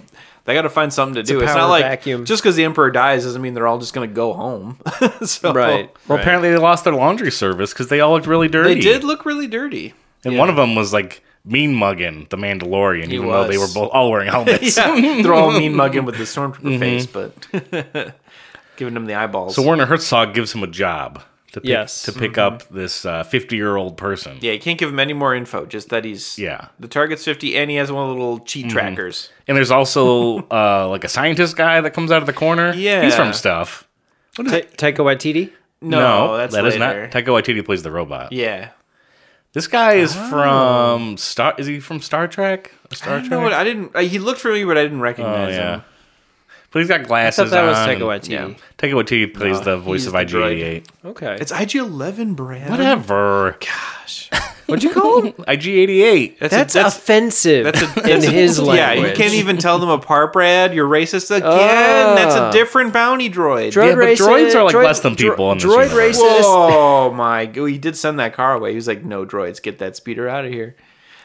S3: They got to find something to do. It's
S2: power
S3: not like
S2: vacuum.
S3: just because the emperor dies doesn't mean they're all just going to go home. so,
S2: Right.
S1: well, apparently they lost their laundry service because they all looked really dirty.
S3: They did look really dirty.
S1: and one of them was like mean mugging the Mandalorian, even though they were
S3: was.
S1: both all wearing helmets.
S3: Yeah, they're all mean mugging with the stormtrooper face, but giving them the eyeballs.
S1: So Werner Herzog gives him a job to pick,
S2: Yes.
S1: to pick up this fifty year old person.
S3: Yeah, you can't give him any more info. Just that he's
S1: Yeah. Mm-hmm.
S3: The target's fifty, and he has one of the little cheat trackers.
S1: And there's also uh, like a scientist guy that comes out of the corner.
S3: Yeah.
S1: he's from stuff.
S2: Ta- Taika Waititi.
S3: No, that's
S1: that
S3: later.
S1: is not. Taika Waititi plays the robot.
S3: yeah, Oh.
S1: This guy is from Star. Is he from Star Trek? Star
S3: I don't know what I didn't. Uh, he looked familiar, but I didn't
S1: Oh
S3: recognize
S1: yeah.
S3: him.
S1: But he's got
S2: I thought
S1: glasses
S2: that was
S1: on.
S2: Taika
S1: and-
S2: Waititi.
S1: Taika Waititi plays the voice
S3: he's
S1: of
S3: the
S1: IG88.
S2: Okay.
S3: It's IG Eleven, Brad.
S1: Whatever.
S2: What'd you call him?
S1: IG88.
S3: That's,
S2: That's,
S3: a, that's,
S2: offensive
S3: that's a-
S2: in
S3: that's a-
S2: his language.
S3: Yeah, you can't even tell them apart, Brad. You're racist again. That's a
S2: Ah.
S3: different bounty droid.
S2: Droid
S1: Yeah, but
S2: racist-
S1: droids are like
S2: droid-
S1: less than people in this
S2: Droid
S1: universe.
S2: racist.
S3: Whoa, my! g- He did send that car away. He was like, "No droids, get that speeder out of here."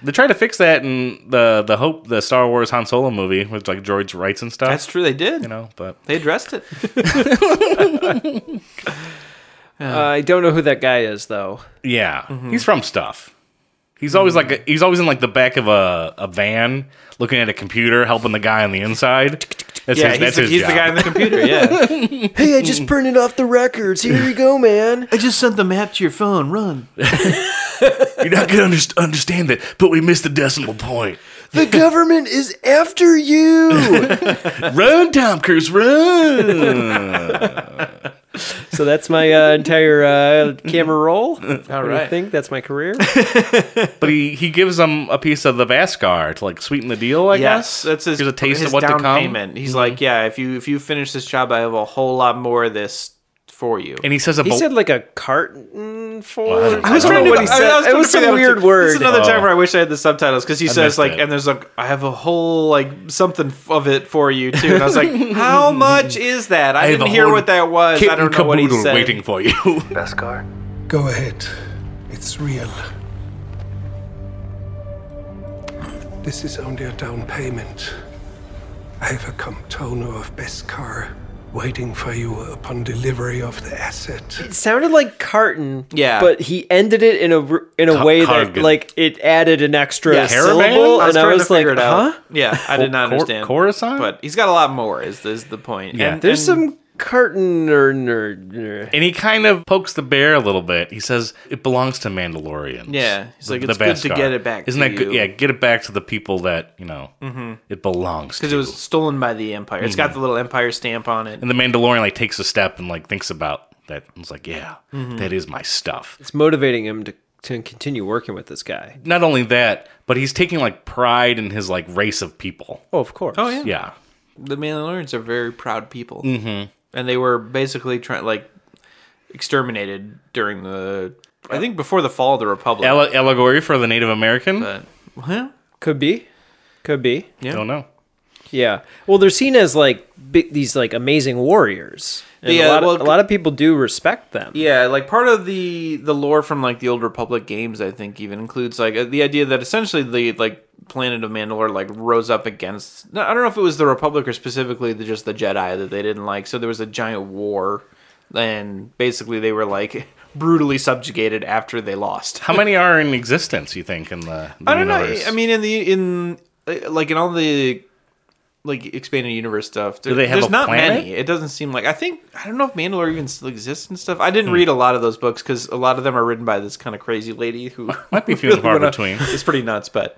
S1: They try to fix that in the the hope the Star Wars Han Solo movie with like George rights and stuff.
S3: That's true. They did.
S1: you know, but
S3: They addressed it.
S2: Uh, I don't know who that guy is though.
S1: yeah,
S3: Mm-hmm.
S1: he's from stuff. He's always like a, he's always in like the back of a, a van looking at a computer helping the guy on the inside. That's
S3: yeah,
S1: his,
S3: he's,
S1: that's
S3: the,
S1: his
S3: he's the
S1: job.
S3: guy on the computer. Yeah,
S2: Hey, I just printed off the records. Here you go, man.
S3: I just sent the map to your phone. Run.
S1: You're not gonna underst- understand that, but we missed the decimal point.
S2: The government is after you.
S1: Run, Tom Cruise, run!
S2: so that's my uh, entire uh, camera roll.
S3: All
S2: What do you
S3: right.
S2: think that's my career?
S1: but he he gives them a piece of the Vascar to like sweeten the deal. I guess
S3: Yes, that's his.
S1: Here's a taste
S3: his
S1: of what
S3: down
S1: to come. Mm-hmm.
S3: Payment. He's like, yeah, if you if you finish this job, I have a whole lot more of this for you.
S1: And he says a
S2: He
S1: bo-
S2: said like a carton full.
S1: Well, I don't
S2: I was
S1: know.
S2: trying to.
S1: what
S2: I, I was
S3: trying to
S2: some
S3: figure that out,
S2: weird
S3: too.
S2: word.
S3: This is another
S1: Oh.
S3: time where I wish I had the subtitles because he says
S1: missed
S3: like,
S1: it.
S3: and there's like, I have a whole like something f- of it for you too. And I was like, how much is that? I,
S1: have a
S3: didn't hear
S1: whole
S3: what that was.
S1: kit
S3: I don't
S1: and
S3: know what he
S1: caboodle
S3: said.
S1: waiting for you.
S5: Beskar?
S4: Go ahead. It's real.
S5: This is only a down payment. I have a Comptono of Beskar waiting for you upon delivery of the asset.
S2: It sounded like carton.
S3: Yeah.
S2: But he ended it in a r- in a
S1: Ca-
S2: way that
S1: cargan.
S2: like it added an extra
S3: Yeah.
S1: Caravan?
S2: syllable,
S3: I was
S2: and I
S3: trying
S2: was
S3: to
S2: like,
S3: figure it
S2: huh?
S3: out. Yeah, I did not
S1: Cor-
S3: understand.
S1: Coruscant?
S3: but he's got a lot more. Is is the point?
S1: Yeah.
S3: And-
S2: There's
S3: and-
S2: some carton or nerd.
S1: And he kind of pokes the bear a little bit. He says it belongs to Mandalorians.
S3: Yeah, he's like,
S1: The
S3: "It's good to
S1: Beskar.
S3: get it back
S1: Isn't
S3: to
S1: that good?
S3: you."
S1: Yeah, get it back to the people that you know it belongs to.
S3: because it was stolen by the Empire. It's
S1: Hmm.
S3: got the little Empire stamp on it.
S1: and the Mandalorian like takes a step and like thinks about that. And was like, yeah,
S3: Mm-hmm.
S1: that is my stuff.
S2: It's motivating him to to continue working with this guy.
S1: Not only that, but he's taking like pride in his like race of people.
S2: Oh, of course.
S3: Oh yeah.
S1: Yeah.
S3: the Mandalorians are very proud people, mm-hmm. and they were basically trying like exterminated during the I think before the fall of the Republic.
S1: Alle- allegory for the Native American.
S3: but well,
S2: Could be. Could be.
S1: I Don't know.
S2: Yeah. Well, they're seen as like big, these like amazing warriors. And
S3: Yeah,
S2: A lot, of-
S3: well,
S2: a lot of people do respect them.
S3: yeah, like part of the the lore from like the old Republic games, I think even includes like uh, the idea that essentially the like planet of Mandalore like rose up against. no, I don't know if it was the Republic or specifically the, just the Jedi that they didn't like. So there was a giant war, and basically they were like brutally subjugated after they lost.
S1: How many are in existence? You think in the, the
S3: I don't know.
S1: universe?
S3: I mean, in the in uh, like in all the like expanded universe stuff, there,
S1: they have
S3: there's
S1: a
S3: not
S1: planet?
S3: many. It doesn't seem like I think I don't know if Mandalore even still exists and stuff. I didn't
S1: Hmm.
S3: read a lot of those books because a lot of them are written by this kind of crazy lady who
S1: Might be few and far
S3: went on-
S1: between.
S3: It's pretty nuts, but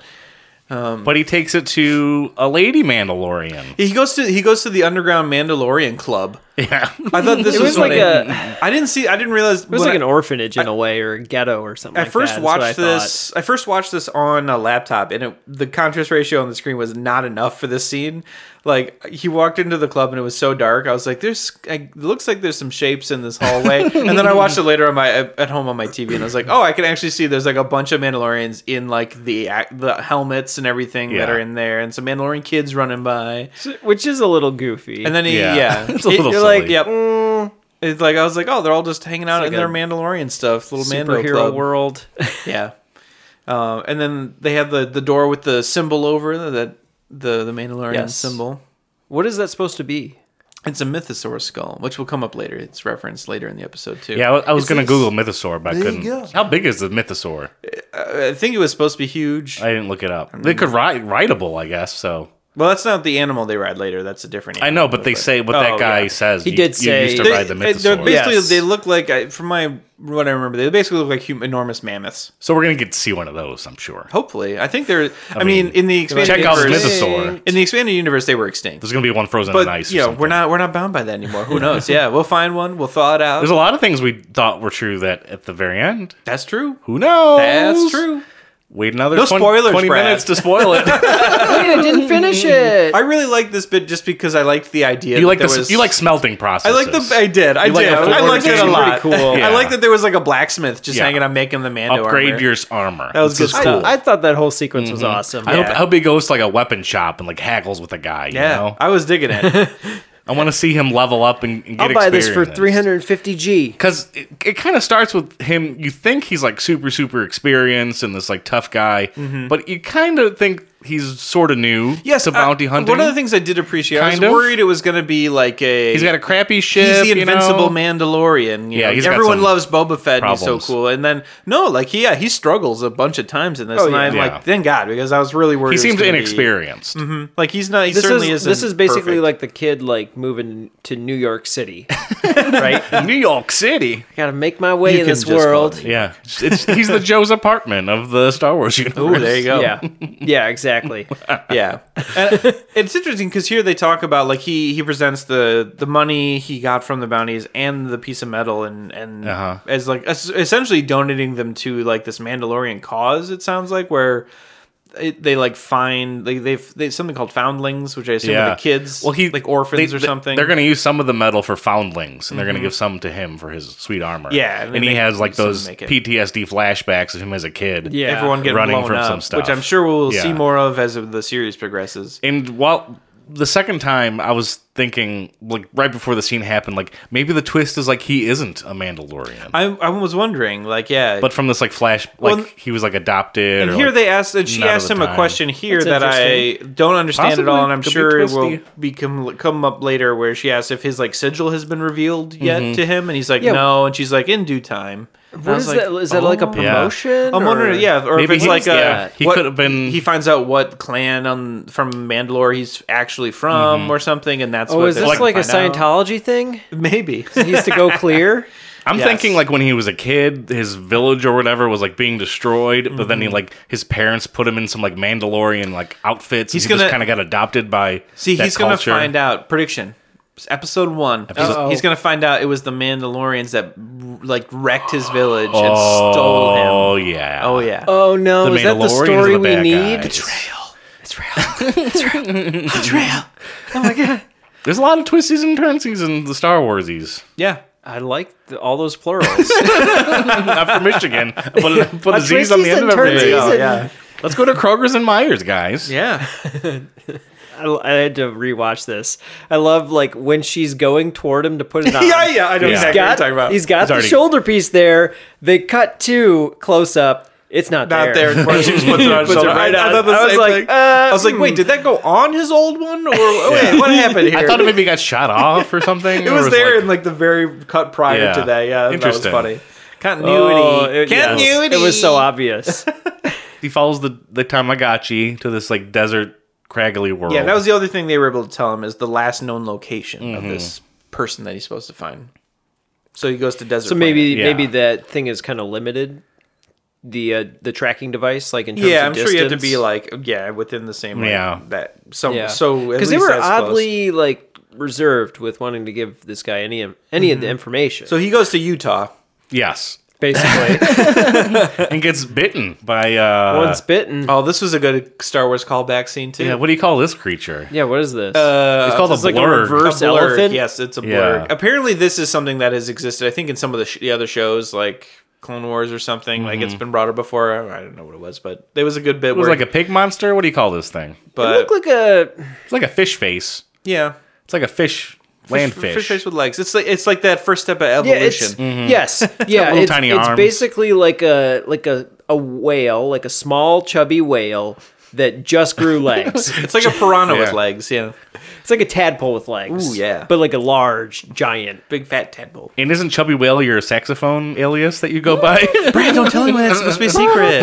S1: but he takes it to a lady Mandalorian.
S3: he goes to he goes to the underground Mandalorian club.
S1: Yeah.
S3: I thought this
S2: It was
S3: was,
S2: like
S3: a.
S2: a-
S3: I didn't see. I didn't realize
S2: It was
S3: when
S2: like
S3: I-
S2: an orphanage in a way, or a ghetto, or something.
S3: I
S2: like
S3: first
S2: that, is what
S3: watched
S2: I thought.
S3: this. I first watched this on a laptop, and it, the contrast ratio on the screen was not enough for this scene. Like he walked into the club, and it was so dark. I was like, "There's, I, it looks like there's some shapes in this hallway." and then I watched it later on my at home on my TV, and I was like, "Oh, I can actually see there's like a bunch of Mandalorians in like the ac- the helmets and everything that
S1: Yeah.
S3: are in there, and some Mandalorian kids running by."
S2: which is a little goofy.
S3: And then he, yeah,
S1: Yeah. It's a little
S3: you're like,
S1: silly.
S3: "Yep." mm. It's like I was like, "Oh, they're all just hanging out
S2: like
S3: in their
S2: a
S3: Mandalorian stuff, little Mando
S2: superhero
S3: club."
S2: world.
S3: Yeah. Uh, and then they have the, the door with the symbol over that the the Mandalorian
S2: Yes.
S3: symbol.
S2: what is that supposed to be?
S3: It's a mythosaur skull, which will come up later. It's referenced later in the episode too.
S1: Yeah, I was, I was
S3: It's
S1: gonna
S3: this-
S1: Google mythosaur, but I couldn't.
S3: go.
S1: How big is the mythosaur?
S3: I think it was supposed to be huge.
S1: I didn't look it up. They could write writable, I guess. So
S3: Well, that's not the animal they ride later. That's a different.
S1: I
S3: Animal,
S1: know, but they say what
S3: Oh,
S1: that guy
S3: yeah.
S1: says.
S2: He
S1: you-
S2: did
S1: you used to
S2: say-
S1: ride the
S3: They- they're
S1: mythosaur.
S3: basically
S2: Yes.
S3: they look like I- from my what I remember they basically look like hum- enormous mammoths.
S1: So we're gonna get to see one of those, I'm sure.
S3: Hopefully, I think they're. I, mean, in the expanded
S1: check out
S3: universe,
S1: Mythosaur.
S3: in the expanded universe, they were extinct.
S1: There's gonna be one frozen in
S3: but
S1: ice. or
S3: you know,
S1: something.
S3: we're not we're not bound by that anymore. Who knows? yeah, we'll find one. We'll thaw it out.
S1: There's a lot of things we thought were true that at the very end.
S3: that's true.
S1: Who knows?
S3: That's true.
S1: Wait another
S3: No
S1: 20,
S3: spoilers,
S1: 20
S3: Brad.
S1: minutes to spoil it.
S2: I didn't finish it.
S3: I really like this bit just because I liked the idea.
S1: you like
S3: that
S1: the
S3: there was-
S1: you like smelting
S3: I
S1: processes.
S3: like the. I did. I
S1: You
S3: did.
S1: like the
S3: I
S1: forward
S3: liked it a
S1: game.
S3: lot.
S2: Pretty cool.
S1: Yeah.
S3: I like that there was like a blacksmith just
S1: Yeah.
S3: hanging out making the Mando
S1: upgrade
S3: armor.
S1: your armor.
S3: That was
S1: This is
S3: good
S2: I,
S3: stuff.
S1: cool. I,
S2: I thought that whole sequence was awesome.
S1: hope,
S3: Yeah.
S1: I hope he goes to like a weapon shop and like haggles with a guy. You
S3: Yeah,
S1: know? I,
S3: I was digging it.
S1: want to see him level up and, and get
S2: I'll buy this for
S1: experience.
S2: 350 G.
S1: because it, it kind of starts with him you think he's like super super experienced and this like tough guy but you kind of think he's sort of new to
S3: I-
S1: bounty hunting
S3: uh, One of the things I did appreciate, I was
S1: Kind of.
S3: worried it was going to be like a.
S1: he's got a crappy ship
S3: He's the
S1: you know?
S3: invincible Mandalorian. You
S1: Yeah,
S3: know?
S1: he's got
S3: everyone
S1: some
S3: loves Boba Fett. and He's so
S1: problems.
S3: cool. And then no, like he, yeah, he struggles a bunch of times in this.
S2: Oh,
S3: and
S2: yeah.
S3: I'm
S1: Yeah.
S3: like, thank God, because I was really worried.
S1: he
S3: it was
S1: seems
S3: gonna be-
S1: inexperienced
S3: Like he's not. He
S2: This
S3: certainly
S2: is
S3: isn't.
S2: this is basically
S3: perfect.
S2: like the kid like moving to New York City, right? I
S1: new york city
S2: gotta make my way
S3: You
S2: in
S3: can
S2: this
S3: just call it
S2: world.
S1: yeah it's, he's the joe's apartment of the star wars universe
S3: Ooh, there you go.
S2: Yeah, yeah, exactly.
S3: yeah. And it's interesting because here they talk about like he he presents the the money he got from the bounties and the piece of metal and and
S1: Uh-huh.
S3: as like es- essentially donating them to like this Mandalorian cause. It sounds like where. It, they like find they they've they something called foundlings, which I assume are the kids,
S1: Well, he
S3: like orphans
S1: they-
S3: or something. Mm-hmm.
S1: They're going to use some of the metal for foundlings, and they're going to give some to him for his sweet armor.
S3: Yeah, and
S1: and,
S3: then
S1: he
S3: they
S1: has like
S3: use them to
S1: those
S3: make it.
S1: PTSD flashbacks of him as a kid.
S2: Yeah.
S3: everyone getting
S1: running
S3: blown
S1: from
S3: up,
S1: some stuff.
S3: which I'm sure we'll
S1: Yeah.
S3: see more of as the series progresses.
S1: And while the second time, I was thinking like right before the scene happened, like maybe the twist is like he isn't a Mandalorian,
S3: I I was wondering, like, yeah,
S1: but from this like flash, like
S3: Well,
S1: he was like adopted.
S3: And
S1: or,
S3: here
S1: like-
S3: they asked, and she
S1: none of
S3: asked
S1: the
S3: him a
S1: time.
S3: question here
S2: That's
S3: that I don't understand at
S1: Possibly.
S3: all, and I'm
S1: Could be
S3: sure it will
S1: twisty.
S3: become come up later where she asks if his like sigil has been revealed yet to him, and he's like,
S2: Mm-hmm. Yeah.
S3: no, and she's like, in due time. And I
S2: What
S3: was
S2: is that? Is that like a
S3: "Oh."
S1: Yeah.
S2: promotion?
S3: I'm
S2: or-
S3: wondering, yeah, or if
S1: Maybe
S3: it's
S1: he-
S3: like a
S1: yeah, he
S3: what-
S1: could have been-
S3: He finds out what clan on from Mandalore he's actually from or something, and that's
S2: Oh,
S3: what
S2: is
S3: they're
S2: this
S3: trying
S2: like
S3: to
S2: a
S3: find out.
S2: Scientology thing?
S3: Maybe.
S2: Needs to go clear.
S1: I'm
S3: Yes.
S1: thinking like when he was a kid, his village or whatever was like being destroyed, but
S3: Mm-hmm.
S1: then he like his parents put him in some like Mandalorian like outfits.
S3: He's
S1: and he
S3: gonna-
S1: just kind of got adopted by
S3: See,
S1: that
S3: he's
S1: culture.
S3: gonna find out. Prediction. It's Episode one.
S2: Uh-oh.
S3: He's, he's gonna find out it was the Mandalorians that like wrecked his village and
S1: oh,
S3: stole him.
S1: yeah.
S3: Oh yeah.
S2: Oh no,
S1: The
S2: is that
S1: Mandalorians
S2: the
S1: are
S2: story
S1: the
S2: we
S1: bad
S2: need?
S1: guys.
S2: Oh my god,
S1: There's a lot of twisties and turnsies in the Star Warsies.
S3: Yeah.
S2: I like the, all those plurals.
S1: I'm from Michigan. Put, put a Z's on the
S2: Twisties
S1: end
S2: and
S1: of everything.
S2: turnsies and-
S3: yeah.
S1: Let's go to Kroger's and Myers, guys.
S3: Oh, Yeah.
S2: I, I had to rewatch this. I love like when she's going toward him to put it on.
S3: yeah. I know
S1: Yeah.
S2: He's
S1: exactly
S2: got, He's got
S1: It's
S2: the
S1: already-
S2: shoulder piece there. They cut to close up. It's not,
S3: not
S2: there.
S3: there. Where she just puts it on his
S2: Puts it
S3: shoulder.
S2: right
S3: I,
S2: on.
S3: thought the
S2: I was
S3: same
S2: like,
S3: thing.
S2: uh,
S3: I was like, wait, did that go on his old one, or wait, what happened here?
S1: I thought it maybe got shot off or something.
S3: it
S1: or
S3: was, there
S1: like-
S3: in like the very cut prior
S1: Yeah.
S3: to that. Yeah,
S1: Interesting.
S3: that was funny. Continuity.
S2: Oh, it, yes.
S3: Continuity.
S2: It was so obvious.
S1: he follows the the Tamagotchi to this like desert craggly world.
S3: Yeah, that
S2: Oh.
S3: was the other thing they were able to tell him is the last known location of
S2: Mm-hmm.
S3: this person that he's supposed to find. So he goes to desert.
S2: so maybe
S3: Planet.
S1: Yeah.
S2: maybe that thing is kind of limited. The uh, the tracking device, like in terms
S3: yeah,
S2: of
S3: I'm sure you have to
S2: distance.
S3: be like yeah within the same like,
S1: Yeah.
S3: that so
S2: yeah.
S3: so at
S2: because they
S3: least
S2: were
S3: that's close.
S2: oddly like reserved with wanting to give this guy any of- any of the information.
S3: Mm-hmm. So he goes to Utah.
S1: yes,
S2: basically,
S1: and gets bitten by uh.
S2: once bitten.
S3: Oh, this was a good Star Wars callback scene too.
S1: yeah, what do you call this creature?
S2: Yeah, what is this?
S3: Uh,
S1: It's called a
S2: it's like a
S1: blurg.
S2: reverse- First
S3: a blurg.
S2: elephant?
S3: Yes, it's a blurg.
S1: Yeah.
S3: Apparently, this is something that has existed. I think in some of the, sh- the other shows, like Clone Wars or something, like
S2: Mm-hmm.
S3: it's been brought up before. I don't know what it was, but there was a good bit
S1: it was
S3: where,
S1: like a pig monster. What do you call this thing?
S2: it
S3: but
S2: looked like a
S1: It's like a fish face.
S3: yeah,
S1: It's like a fish, land fish.
S3: fish face with legs. It's like it's like that first step of
S2: yeah, it's,
S3: evolution.
S2: yes, yeah,
S1: Mm-hmm. little
S2: it's,
S1: tiny
S2: it's
S1: arms.
S2: basically like a like a a whale, like a small chubby whale that just grew legs.
S3: It's like a piranha
S1: Yeah.
S3: with legs. Yeah,
S2: It's like a tadpole with legs.
S3: Ooh, yeah.
S2: But like a large, giant.
S3: Big fat tadpole.
S1: And isn't Chubby Whale your saxophone alias that you go by?
S3: Brad, don't tell anyone. That's supposed to be a secret.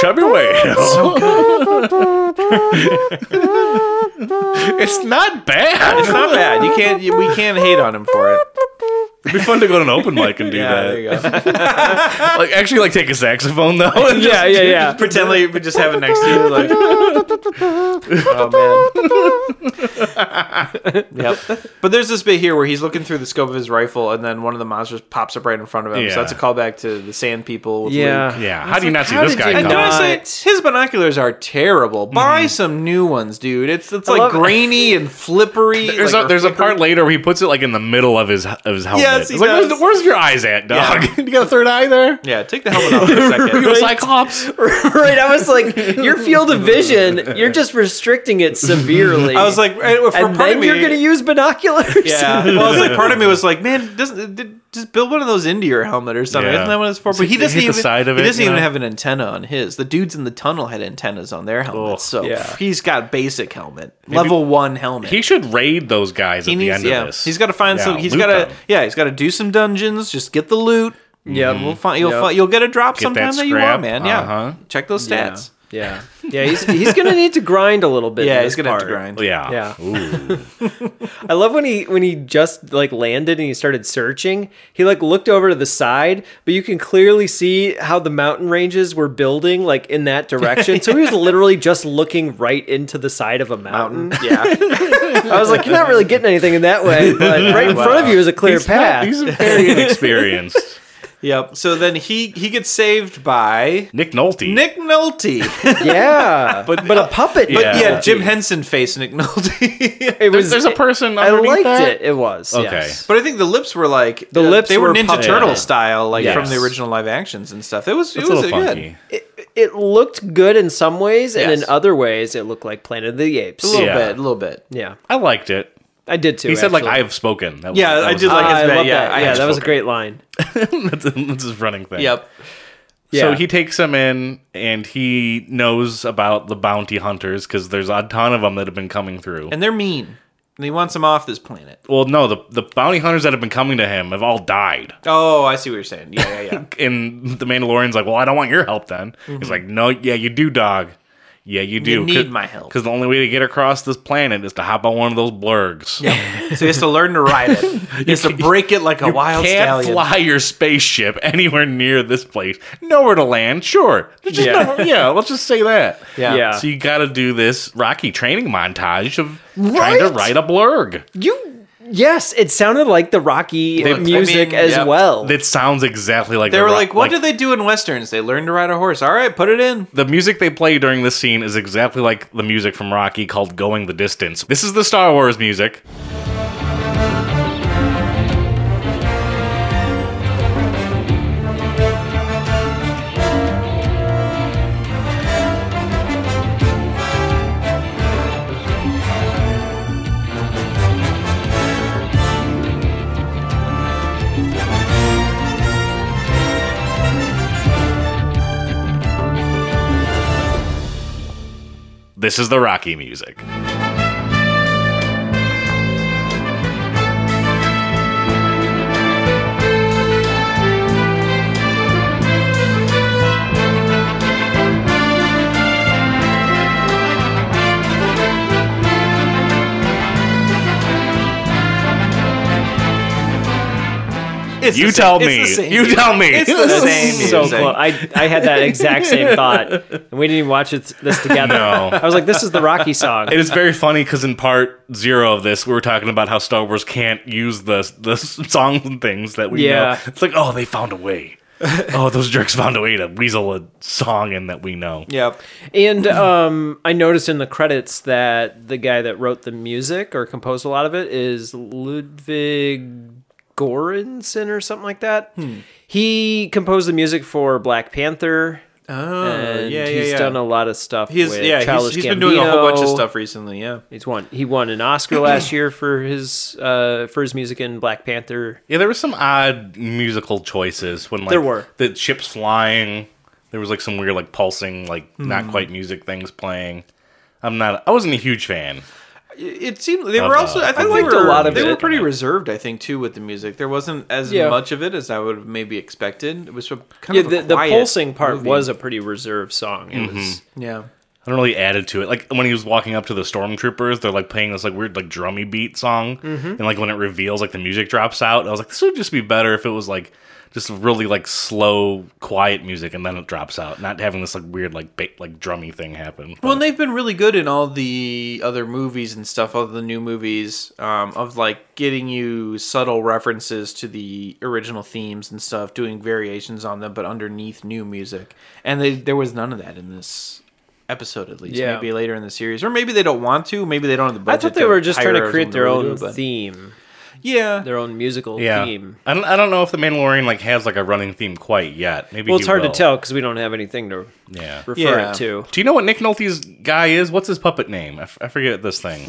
S1: Chubby Whale. it's not bad.
S3: It's not bad. You can't. You, we can't hate on him for it.
S1: It'd be fun to go to an open mic and do that.
S3: go.
S1: Like actually, like take a saxophone though. And just,
S2: Yeah, yeah, yeah.
S3: Pretend like you just have it next to you. Like, oh man. yep. But there's this bit here where he's looking through the scope of his rifle, and then one of the monsters pops up right in front of him.
S1: Yeah.
S3: So that's a callback to the Sand People. With
S2: Yeah.
S3: Luke.
S1: yeah. How do you not see
S2: how
S1: this
S2: did
S1: guy?
S2: you
S1: coming?
S3: And can
S2: not-
S3: I say, his binoculars are terrible.
S1: Mm-hmm.
S3: Buy some new ones, dude. It's it's like
S2: love it.
S3: grainy and flippery.
S1: There's
S3: like,
S1: a there's a part
S3: refrigerator-
S1: later where he puts it like in the middle of his of his helmet.
S3: Yes, he
S1: It's like, where's,
S3: does.
S1: the- where's your eyes at, dog?
S3: Yeah.
S1: you got a third eye there?
S3: Yeah, take the helmet off for a second.
S1: You're a Cyclops.
S2: right. I was like, your field of vision, you're just restricting it severely.
S3: I was like, eh, for part
S2: and then
S3: of me,
S2: you're gonna use binoculars.
S3: Yeah. Well, it's like part of me was like, man, doesn't did- just build one of those into your helmet or something?
S1: Yeah.
S3: Isn't that what it's for? But he
S1: Hit the
S3: doesn't even
S1: side of
S3: he
S1: it,
S3: doesn't
S1: you
S3: even
S1: know?
S3: have an antenna on his. The dudes in the tunnel had antennas on their helmets, so
S2: Yeah.
S3: he's got basic helmet, level one helmet.
S1: He should raid those guys
S3: He
S1: at
S3: needs-
S1: the end
S3: yeah.
S1: of this.
S3: He's got to find
S1: Yeah,
S3: some. He's
S1: loot
S3: got to
S1: them.
S3: yeah. He's got to do some dungeons. Just get the loot.
S1: Mm-hmm.
S2: Yeah.
S3: We'll find. You'll
S2: Yep.
S3: find, You'll get a drop
S1: Get
S3: sometime
S1: that
S3: that you want,
S1: scrap.
S3: man. Yeah.
S1: Uh-huh.
S3: Check those stats.
S2: Yeah. Yeah. He's he's gonna need to grind a little bit.
S3: Yeah,
S2: in
S3: he's
S2: this
S3: gonna have to
S2: part.
S3: grind.
S1: Yeah.
S2: Yeah.
S1: Ooh.
S2: I love when he when he just like landed and he started searching. He like looked over to the side, but you can clearly see how the mountain ranges were building like in that direction. So he was literally just looking right into the side of a mountain.
S3: Yeah.
S2: I was like, you're not really getting anything in that way, but right in front of you is a clear path.
S1: He's very inexperienced.
S3: yep. So then he he gets saved by
S1: Nick Nolte.
S3: Nick Nolte.
S2: yeah, but but a puppet.
S1: But
S3: But
S1: Yeah.
S3: yeah, Jim Henson face Nick Nolte.
S2: it
S1: There's,
S2: was.
S1: there's a person.
S2: I
S1: underneath
S2: liked
S1: that?
S2: it. It was
S1: Okay.
S2: yes.
S3: but I think the lips were like
S2: The lips
S3: They were,
S2: were
S3: Ninja
S2: puppet.
S3: Turtle style, like
S1: Yes.
S3: from the original live actions and stuff. It was
S1: It's
S3: it
S1: a
S3: was
S1: little
S3: good.
S1: funky.
S2: It, it looked good in some ways, and in
S3: Yes.
S2: other ways, it looked like Planet of the Apes.
S3: A little
S1: Yeah.
S3: bit, a little bit.
S2: Yeah,
S1: I liked it.
S2: I did too.
S1: He said like
S2: actually.
S1: I have spoken. That was,
S3: Yeah,
S1: that
S3: I
S1: was-
S3: did like
S2: Ah,
S3: his
S2: I
S3: bed.
S2: love
S3: Yeah,
S2: that.
S3: I
S2: yeah,
S3: had
S2: that was a
S1: spoken.
S2: great line.
S1: that's his running thing.
S3: Yep.
S1: So
S2: Yeah.
S1: he takes him in, and he knows about the bounty hunters because there's a ton of them that have been coming through.
S3: And they're mean. And he wants them off this planet.
S1: well, no, the the bounty hunters that have been coming to him have all died.
S3: Oh, I see what you're saying. Yeah, yeah, yeah.
S1: And the Mandalorian's like, "Well, I don't want your help." Then
S2: Mm-hmm.
S1: he's like, "No, yeah, you do, dog. Yeah, you do.
S3: need my help."
S1: because the only way to get across this planet is to hop on one of those blurgs. Yeah,
S3: so he has to learn to ride it. He has to break it like a wild
S1: can't
S3: stallion.
S1: fly your spaceship anywhere near this place. Nowhere to land. Sure, There's just
S2: Yeah.
S1: nowhere- yeah. Let's just say that.
S3: Yeah.
S2: Yeah.
S1: So you got to do this Rocky training montage of trying to
S2: Right?
S1: write a blurg.
S2: You yes, it sounded like the Rocky
S3: Look, I
S2: music
S3: mean,
S2: as
S3: yep.
S2: well.
S1: That sounds exactly like
S3: They
S1: the
S3: were
S1: Ro-
S3: like, "What do they do in westerns? They learn to ride a horse. All right, put it in."
S1: the music they play during this scene is exactly like the music from Rocky called "Going the Distance." This is the Star Wars music. This is the Rocky music.
S3: It's
S1: You
S3: the
S1: tell
S3: same-
S1: me.
S3: it's the same
S1: You
S3: music.
S1: tell me.
S3: It's the same music.
S2: so close. I, I had that exact same thought, and we didn't even watch it, this together.
S1: No.
S2: I was like, "This is the Rocky song."
S1: It is very funny because in part zero of this, we were talking about how Star Wars can't use the the songs and things that we
S2: Yeah.
S1: know. It's like, oh, they found a way. oh, those jerks found a way to weasel a song in that we know.
S3: Yep.
S2: and um, I noticed in the credits that the guy that wrote the music or composed a lot of it is Ludwig Göransson or something like that.
S3: Hmm.
S2: He composed the music for Black Panther.
S3: Oh,
S2: Uh, and
S3: yeah, yeah,
S2: he's
S3: yeah.
S2: done a lot of stuff.
S3: He's
S2: with
S3: yeah, he's,
S2: Childish
S3: he's been doing a whole bunch of
S2: Gambino.
S3: stuff recently. Yeah,
S2: He's won. He won an Oscar last year for his uh, for his music in Black Panther.
S1: Yeah, there were some odd musical choices when like
S2: There were.
S1: the ships flying. There was like some
S2: Hmm.
S1: weird like pulsing, like not quite music things playing. I'm not. I wasn't a huge fan.
S3: It seemed they
S1: Of,
S3: were also.
S1: uh,
S3: I think
S1: I
S3: they
S2: liked
S3: were,
S2: a lot of
S3: They
S2: it.
S3: were pretty reserved, I think, too, with the music. There wasn't as
S2: Yeah.
S3: much of it as I would have maybe expected. It was sort of kind
S2: Yeah,
S3: of a
S2: the, the
S3: quiet
S2: pulsing part
S3: movie.
S2: was a pretty reserved song. It was
S3: yeah.
S1: I don't know, really added to it. Like when he was walking up to the stormtroopers, they're like playing this like weird like drummy beat song,
S2: Mm-hmm.
S1: and like when it reveals like the music drops out, I was like, this would just be better if it was like just really like slow, quiet music, and then it drops out, not having this like weird like ba- like drummy thing happen.
S3: Well, and they've been really good in all the other movies and stuff, all the new movies, um, of like getting you subtle references to the original themes and stuff, doing variations on them, but underneath new music. And they, there was none of that in this episode, at least.
S2: Yeah.
S3: Maybe later in the series, or maybe they don't want to. Maybe they don't have the
S2: I
S3: budget.
S2: thought they
S3: to
S2: were just trying
S3: hire
S2: to create
S3: someone
S2: their
S3: really
S2: own
S3: do, but-
S2: theme,
S3: Yeah,
S2: their own musical
S1: yeah,
S2: theme.
S1: I don't, I don't know if the Mandalorian like has like a running theme quite yet. Maybe
S2: Well,
S1: he
S2: it's hard
S1: will.
S2: to tell because we don't have anything to
S1: Yeah.
S2: refer
S3: Yeah.
S2: it to.
S1: Do you know what Nick Nolte's guy is? What's his puppet name? I, f- I forget this thing.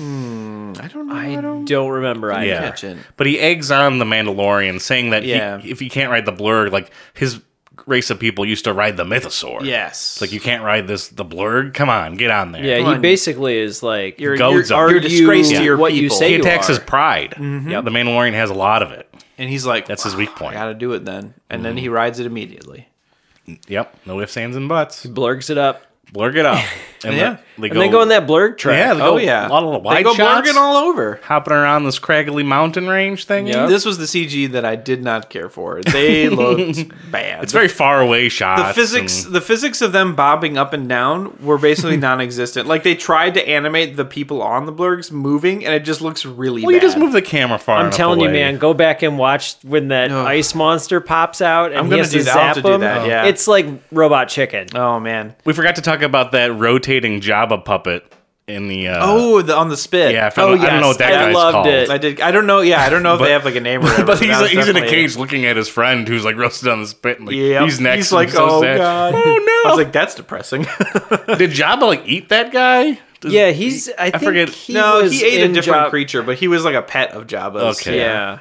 S3: I don't know.
S2: I don't remember. I
S1: yeah.
S3: catch it.
S1: But he eggs on the Mandalorian, saying that he-
S3: Yeah.
S1: if he can't ride the blurg, like his race of people used to ride the mythosaur.
S3: Yes.
S1: It's like you can't ride this the blurg. Come on, get on there.
S2: yeah.
S3: Come
S2: He
S3: on.
S2: basically is like
S3: You're,
S1: Go
S3: you're,
S1: zone.
S3: you're
S1: Are
S3: a disgrace
S2: you
S3: to your
S2: what you
S3: people.
S2: say
S1: he
S2: you
S1: attacks his
S2: are. Mm-hmm.
S1: pride. Yeah, The Mandalorian has a lot of it.
S3: and he's like,
S1: That's his
S3: "Wow,
S1: weak point." Mm-hmm.
S3: I gotta do it then, and then he rides it immediately.
S1: Yep. No ifs, ands, and buts.
S2: blurgs it up,
S1: Blurg it up. And
S3: Yeah.
S1: they,
S2: and they go in that blurg track.
S1: Yeah, they go
S3: Oh yeah,
S1: a lot of wide
S3: they go
S1: shots.
S3: blurging all over.
S1: hopping around this craggly mountain range thing.
S2: Yeah.
S3: This was the CG that I did not care for. They looked bad.
S1: It's very Mm. far away shots.
S3: the physics.
S1: and-
S3: The physics of them bobbing up and down were basically non-existent. Like they tried to animate the people on the blurgs moving, and it just looks really.
S1: well, you
S3: bad.
S1: just move the camera far.
S2: I'm
S1: enough
S2: telling you,
S1: away.
S2: man, go back and watch when that
S3: Ugh.
S2: ice monster pops out and
S3: I'm
S2: he
S3: gonna
S2: has
S3: do
S2: to
S3: that. I'll have
S2: zap
S3: to do
S2: him.
S3: that, yeah.
S2: It's like Robot Chicken.
S3: Oh man.
S1: We forgot to talk about that rotating Jabba puppet in the. Uh,
S3: Oh, the, on the spit.
S1: yeah. I,
S3: Oh,
S1: found- I don't know what that
S2: yes, I
S1: guy's
S2: loved
S1: called.
S2: it.
S3: I did. I don't know. Yeah, I don't know if they have like a name or whatever.
S1: But he's
S3: that was
S1: he's in a
S3: definitely-
S1: cage looking at his friend who's like roasted on the spit. And, like,
S3: Yeah.
S1: he's next.
S3: He's
S1: and
S3: like,
S1: so
S3: oh
S1: sad.
S3: god.
S1: Oh
S3: I
S1: no!
S3: was like, that's depressing.
S1: did Jabba like eat that guy? Does-
S2: yeah, he's. I, think
S1: forget-
S2: He
S3: no,
S2: was
S3: he ate a
S2: in
S3: different
S2: Job-
S3: creature, but he was like a pet of Jabba's.
S1: Okay.
S3: Yeah.
S2: Yeah,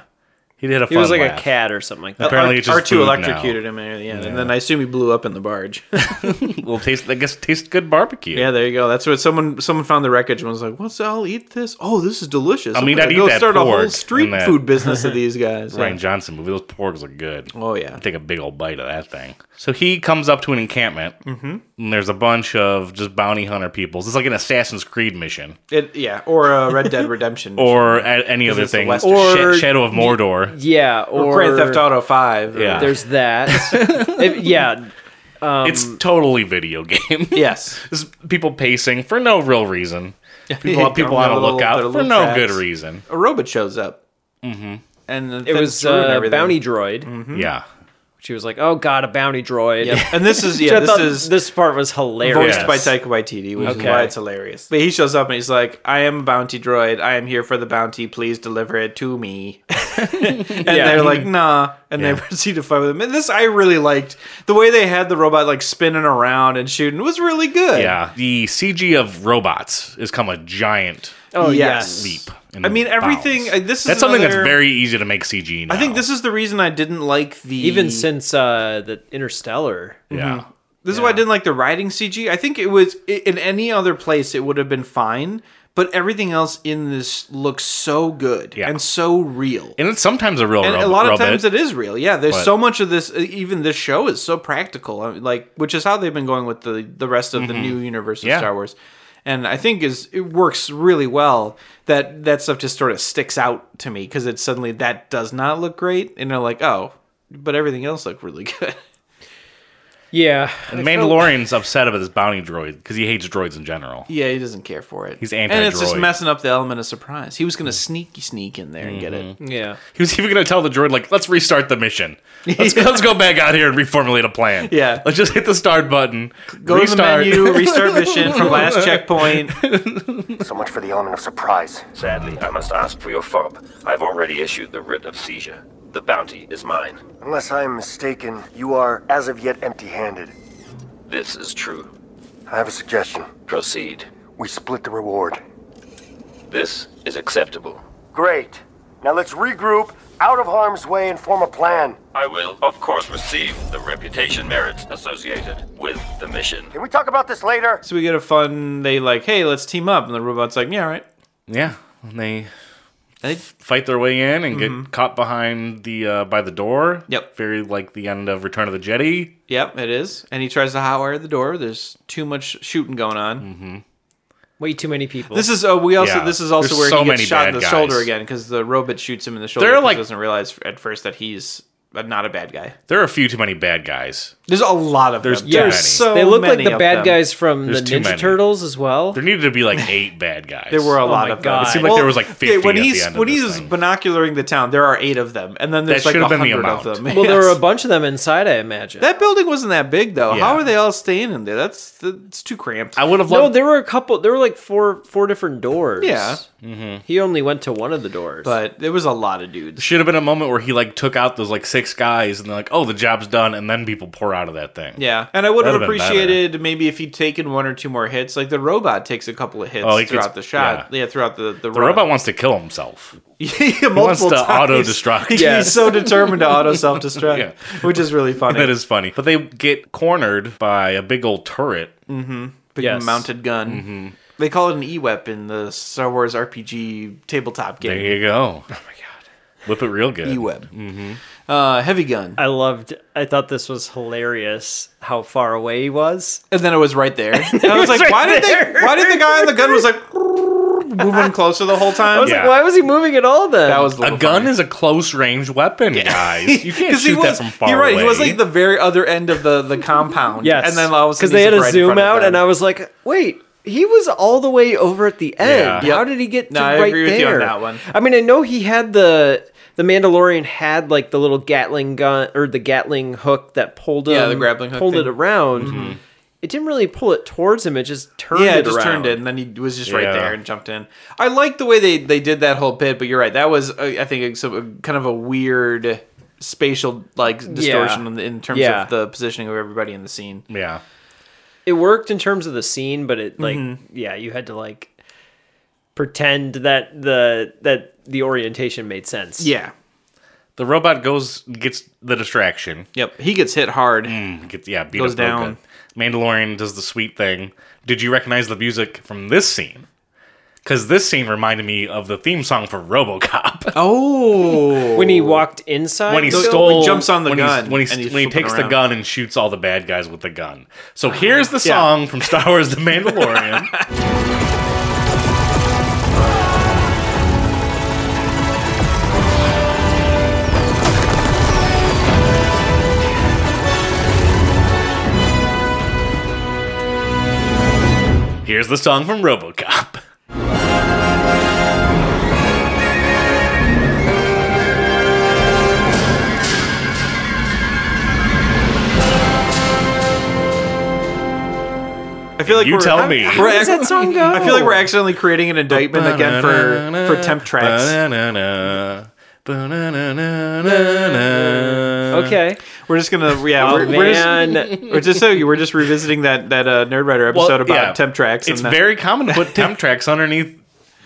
S1: he did a. Fun
S2: he was like
S1: laugh.
S2: a cat or something like that.
S1: Apparently,
S3: R-
S1: it's just
S3: R2
S1: food
S3: electrocuted him in the end, and then I assume he blew up in the barge.
S1: Now. Well, taste. I guess taste good barbecue.
S3: yeah, there you go. That's what someone someone found the wreckage and was like, "What's I'll eat this? Oh, this is delicious.
S1: I mean,
S3: I'm gonna
S1: I'd eat
S3: go
S1: that
S3: start a
S1: pork
S3: whole
S1: and
S3: street
S1: that-
S3: food business of these guys."
S1: Ryan Johnson movie. Those porgs look good.
S3: Oh yeah.
S1: Take a big old bite of that thing. So he comes up to an encampment,
S3: Mm-hmm.
S1: and there's a bunch of just bounty hunter peoples. It's like an Assassin's Creed mission,
S3: It, yeah, or uh, Red Dead Redemption,
S1: or a- any other
S3: it's the
S1: thing,
S3: Western.
S2: Or-
S1: Sh- Shadow of Mordor.
S2: Yeah, or,
S3: or Grand Theft Auto Five. or-
S1: Yeah.
S2: There's that. If- yeah,
S3: um,
S1: it's totally video game.
S3: Yes.
S1: This is people pacing for no real reason. People,
S3: Don't
S1: people
S3: know
S1: on a
S3: their little-
S1: lookout
S3: their
S1: for
S3: little
S1: no
S3: tracks.
S1: good reason.
S3: A robot shows up. Mm-hmm. And Mm-hmm.
S2: it was uh, bounty droid.
S1: Yeah.
S2: She was like, "Oh God, a bounty droid."
S3: And this is
S2: Which
S3: yeah.
S2: I
S3: This
S2: thought
S3: is
S2: this part was hilarious.
S3: voiced
S1: Yes.
S3: by Taika Waititi, which is
S2: Okay.
S3: why it's hilarious. But he shows up and he's like, "I am a bounty droid. I am here for the bounty. Please deliver it to me." and they're like, "Nah," and they proceed to fight with him. And this I really liked the way they had the robot like spinning around and shooting was really good.
S1: Yeah. The CG of robots has come a giant
S2: Oh yes.
S3: Yes.
S1: leap. in
S3: I mean, everything-
S1: bounds.
S3: uh, this is
S1: that's something that's
S3: another-
S1: very easy to make CG. Now.
S3: I think this is the reason I didn't like the
S2: Even since uh, the Interstellar.
S1: Yeah.
S3: This is why I didn't like the riding CG. I think it was i- in any other place it would have been fine, but everything else in this looks so good
S1: Yeah.
S3: and so real.
S1: And it's sometimes a real
S3: and
S1: ro-
S3: a lot of
S1: robot.
S3: times it is real. Yeah, there's
S1: But-
S3: so much of this. e, Even this show is so practical, I mean, like which is how they've been going with the the rest of the new universe of
S1: Mm-hmm. Yeah.
S3: Star Wars, and I think is it works really well. That that stuff just sort of sticks out to me because it suddenly that does not look great, and they're like, oh, but everything else looked really good.
S2: Yeah.
S1: The Mandalorian's upset about this bounty droid because he hates droids in general.
S3: yeah, he doesn't care for it.
S1: He's
S3: and it's just
S1: anti-droid. Mm.
S3: messing up the element of surprise. He was gonna sneaky sneak in there and get it.
S1: Mm-hmm.
S2: Yeah.
S1: He was even going to tell the droid, like, let's restart the mission. Let's, let's go back out here and reformulate a plan.
S3: Yeah.
S1: Let's just hit the start button.
S3: Go
S1: restart.
S3: to the menu, restart mission from last checkpoint.
S6: So much for the element of surprise.
S7: Sadly, I must ask for your fob. I've already issued the writ of seizure. The bounty is mine.
S6: Unless I am mistaken, you are, as of yet, empty handed.
S7: This is true.
S6: I have a suggestion.
S7: Proceed.
S6: We split the reward.
S7: This is acceptable.
S6: Great. Now let's regroup, out of harm's way, and form a plan.
S7: I will, of course, receive the reputation merits associated with the mission.
S6: Can we talk about this later?
S3: So we get a fun. They like, hey, let's team up, and the robot's like, yeah, all right.
S1: Yeah, and they
S3: They-
S1: fight their way in and get caught behind the uh, by the door.
S3: Mm-hmm. Yep.
S1: very like the end of Return of the Jedi.
S3: Yep, it is. And he tries to hotwire the door. There's too much shooting going on.
S2: Way too many people.
S3: This is uh, we also
S1: Mhm. Yeah.
S3: this is also
S1: There's
S3: where
S1: so
S3: he gets
S1: many
S3: shot in
S1: bad
S3: the shoulder
S1: guys.
S3: again because the robot shoots him in the shoulder.
S1: They're
S3: 'cause
S1: like-
S3: he doesn't realize at first that he's uh, not a bad guy.
S1: There are a few too many bad guys.
S3: There's a lot of
S1: There's
S3: them.
S1: too
S3: There's
S1: many.
S3: so
S2: they look like
S3: many
S2: the
S3: of
S2: bad
S3: them.
S2: guys from
S1: There's
S2: the
S1: too
S2: Ninja
S1: many.
S2: Turtles as well.
S1: There needed to be like eight bad guys.
S3: There were a lot
S2: Oh my
S3: of
S2: God.
S3: them.
S2: It seemed
S1: like there was, like, 50
S3: when
S1: at the
S3: he's
S1: end of
S3: when
S1: this
S3: he's
S1: thing.
S3: binocularing the town, there are eight of them, and then there's
S1: That
S3: like
S1: should
S3: a
S1: have been the
S3: hundred of
S1: amount.
S3: them.
S2: well, there were
S3: Yes.
S2: a bunch of them inside. I imagine.
S3: that building wasn't that big though.
S1: Yeah.
S3: How are they all staying in there? That's that's too cramped.
S1: I would have
S2: no,
S1: loved.
S2: there were a couple. There were like four four different doors.
S3: Yeah.
S2: He only went to one of the doors.
S3: but there was a lot of dudes.
S1: should have been a moment where he like took out those like six guys and they're like, oh, the job's done, and then people pour out of that thing.
S3: Yeah, and I would have
S1: That'd have been
S3: appreciated maybe if he'd taken one or two more hits. Like the robot takes a couple of hits
S1: Oh, he gets-
S3: throughout the shot. Yeah. throughout the the,
S1: The robot wants to kill himself.
S3: yeah, multiple
S1: wants to
S3: times.
S1: auto-destruct.
S3: He-
S2: Yes.
S3: He's so determined to auto self destruct,
S1: Yeah.
S3: which is really funny.
S1: That is funny. But they get cornered by a big old turret.
S3: Mm-hmm. Big
S2: Yes.
S3: mounted gun.
S1: Mm-hmm.
S3: They call it an e weapon, the Star Wars RPG tabletop
S1: There
S3: game.
S1: you go. Oh my god. Whip it real good.
S3: E web,
S1: Mm-hmm.
S3: uh, heavy gun,
S2: I loved. I thought this was hilarious. How far away he was.
S3: and then it was right there. And I was like,
S2: right
S3: why did
S2: there.
S3: they? Why did the guy on the gun was like moving closer the whole time?
S1: Yeah.
S2: Like, why was he moving at all then?
S3: That was
S1: A
S3: little
S1: gun
S3: funny.
S1: is a close range weapon, guys. You can't
S3: 'Cause
S1: shoot
S3: he was,
S1: that from far
S3: You're right.
S1: away.
S3: He was like the very other end of the, the compound.
S2: Yes.
S3: And then all of a
S2: because
S3: sudden
S2: they had
S3: he's
S2: a
S3: right in
S2: zoom
S3: front of
S2: out,
S3: them.
S2: and I was like, wait. He was all the way over at the end.
S1: Yeah.
S2: How
S3: Yep.
S2: did he get to
S3: No, I
S2: right
S3: agree
S2: there?
S3: with you on that one.
S2: I mean, I know he had the the Mandalorian had like the little Gatling gun or the Gatling hook that pulled him,
S3: Yeah, the grappling hook
S2: pulled it
S3: thing. Mm-hmm.
S2: around. It didn't really pull it towards him; it just turned
S3: yeah,
S2: it
S3: it just
S2: around.
S3: turned it, and then he was just right
S1: Yeah.
S3: there and jumped in. I like the way they, they did that whole bit, but you're right. That was, uh, I think, it's a, kind of a weird spatial like distortion in, in terms
S2: Yeah.
S3: of the positioning of everybody in the scene.
S1: Yeah.
S2: It worked in terms of the scene, but it like
S3: Mm-hmm.
S2: yeah, you had to like pretend that the that the orientation made sense.
S3: Yeah.
S1: The robot goes gets the distraction.
S3: Yep. He gets hit hard.
S2: Mm.
S1: Gets yeah, beat
S3: Mm-hmm. Goes
S1: up real
S3: down.
S1: good. Mandalorian does the sweet thing. Did you recognize the music from this scene? Because this scene reminded me of the theme song for RoboCop.
S3: Oh.
S2: When he walked inside,
S1: when he
S3: So-
S1: stole
S3: he jumps on the
S1: when
S3: gun
S1: he's, when, he's,
S3: and he's
S1: when he
S3: flipping
S1: takes the
S3: around. Uh-huh.
S1: gun and shoots all the bad guys with the gun. So here's the song from Star Wars: The Mandalorian. Here's the song from RoboCop.
S3: I feel like
S1: You
S3: we're,
S1: tell me.
S3: We're
S2: Where does
S3: ac-
S2: that song go?
S3: I feel
S1: Oh.
S3: like we're accidentally creating an indictment again for for temp tracks.
S1: Okay.
S2: okay.
S3: We're just gonna yeah.
S2: Oh
S3: we're, we're just-
S2: man,
S3: Or just so you, we're just revisiting that that uh, Nerd Writer episode about
S1: yeah.
S3: temp tracks.
S1: It's
S3: that-
S1: very common to put temp tracks underneath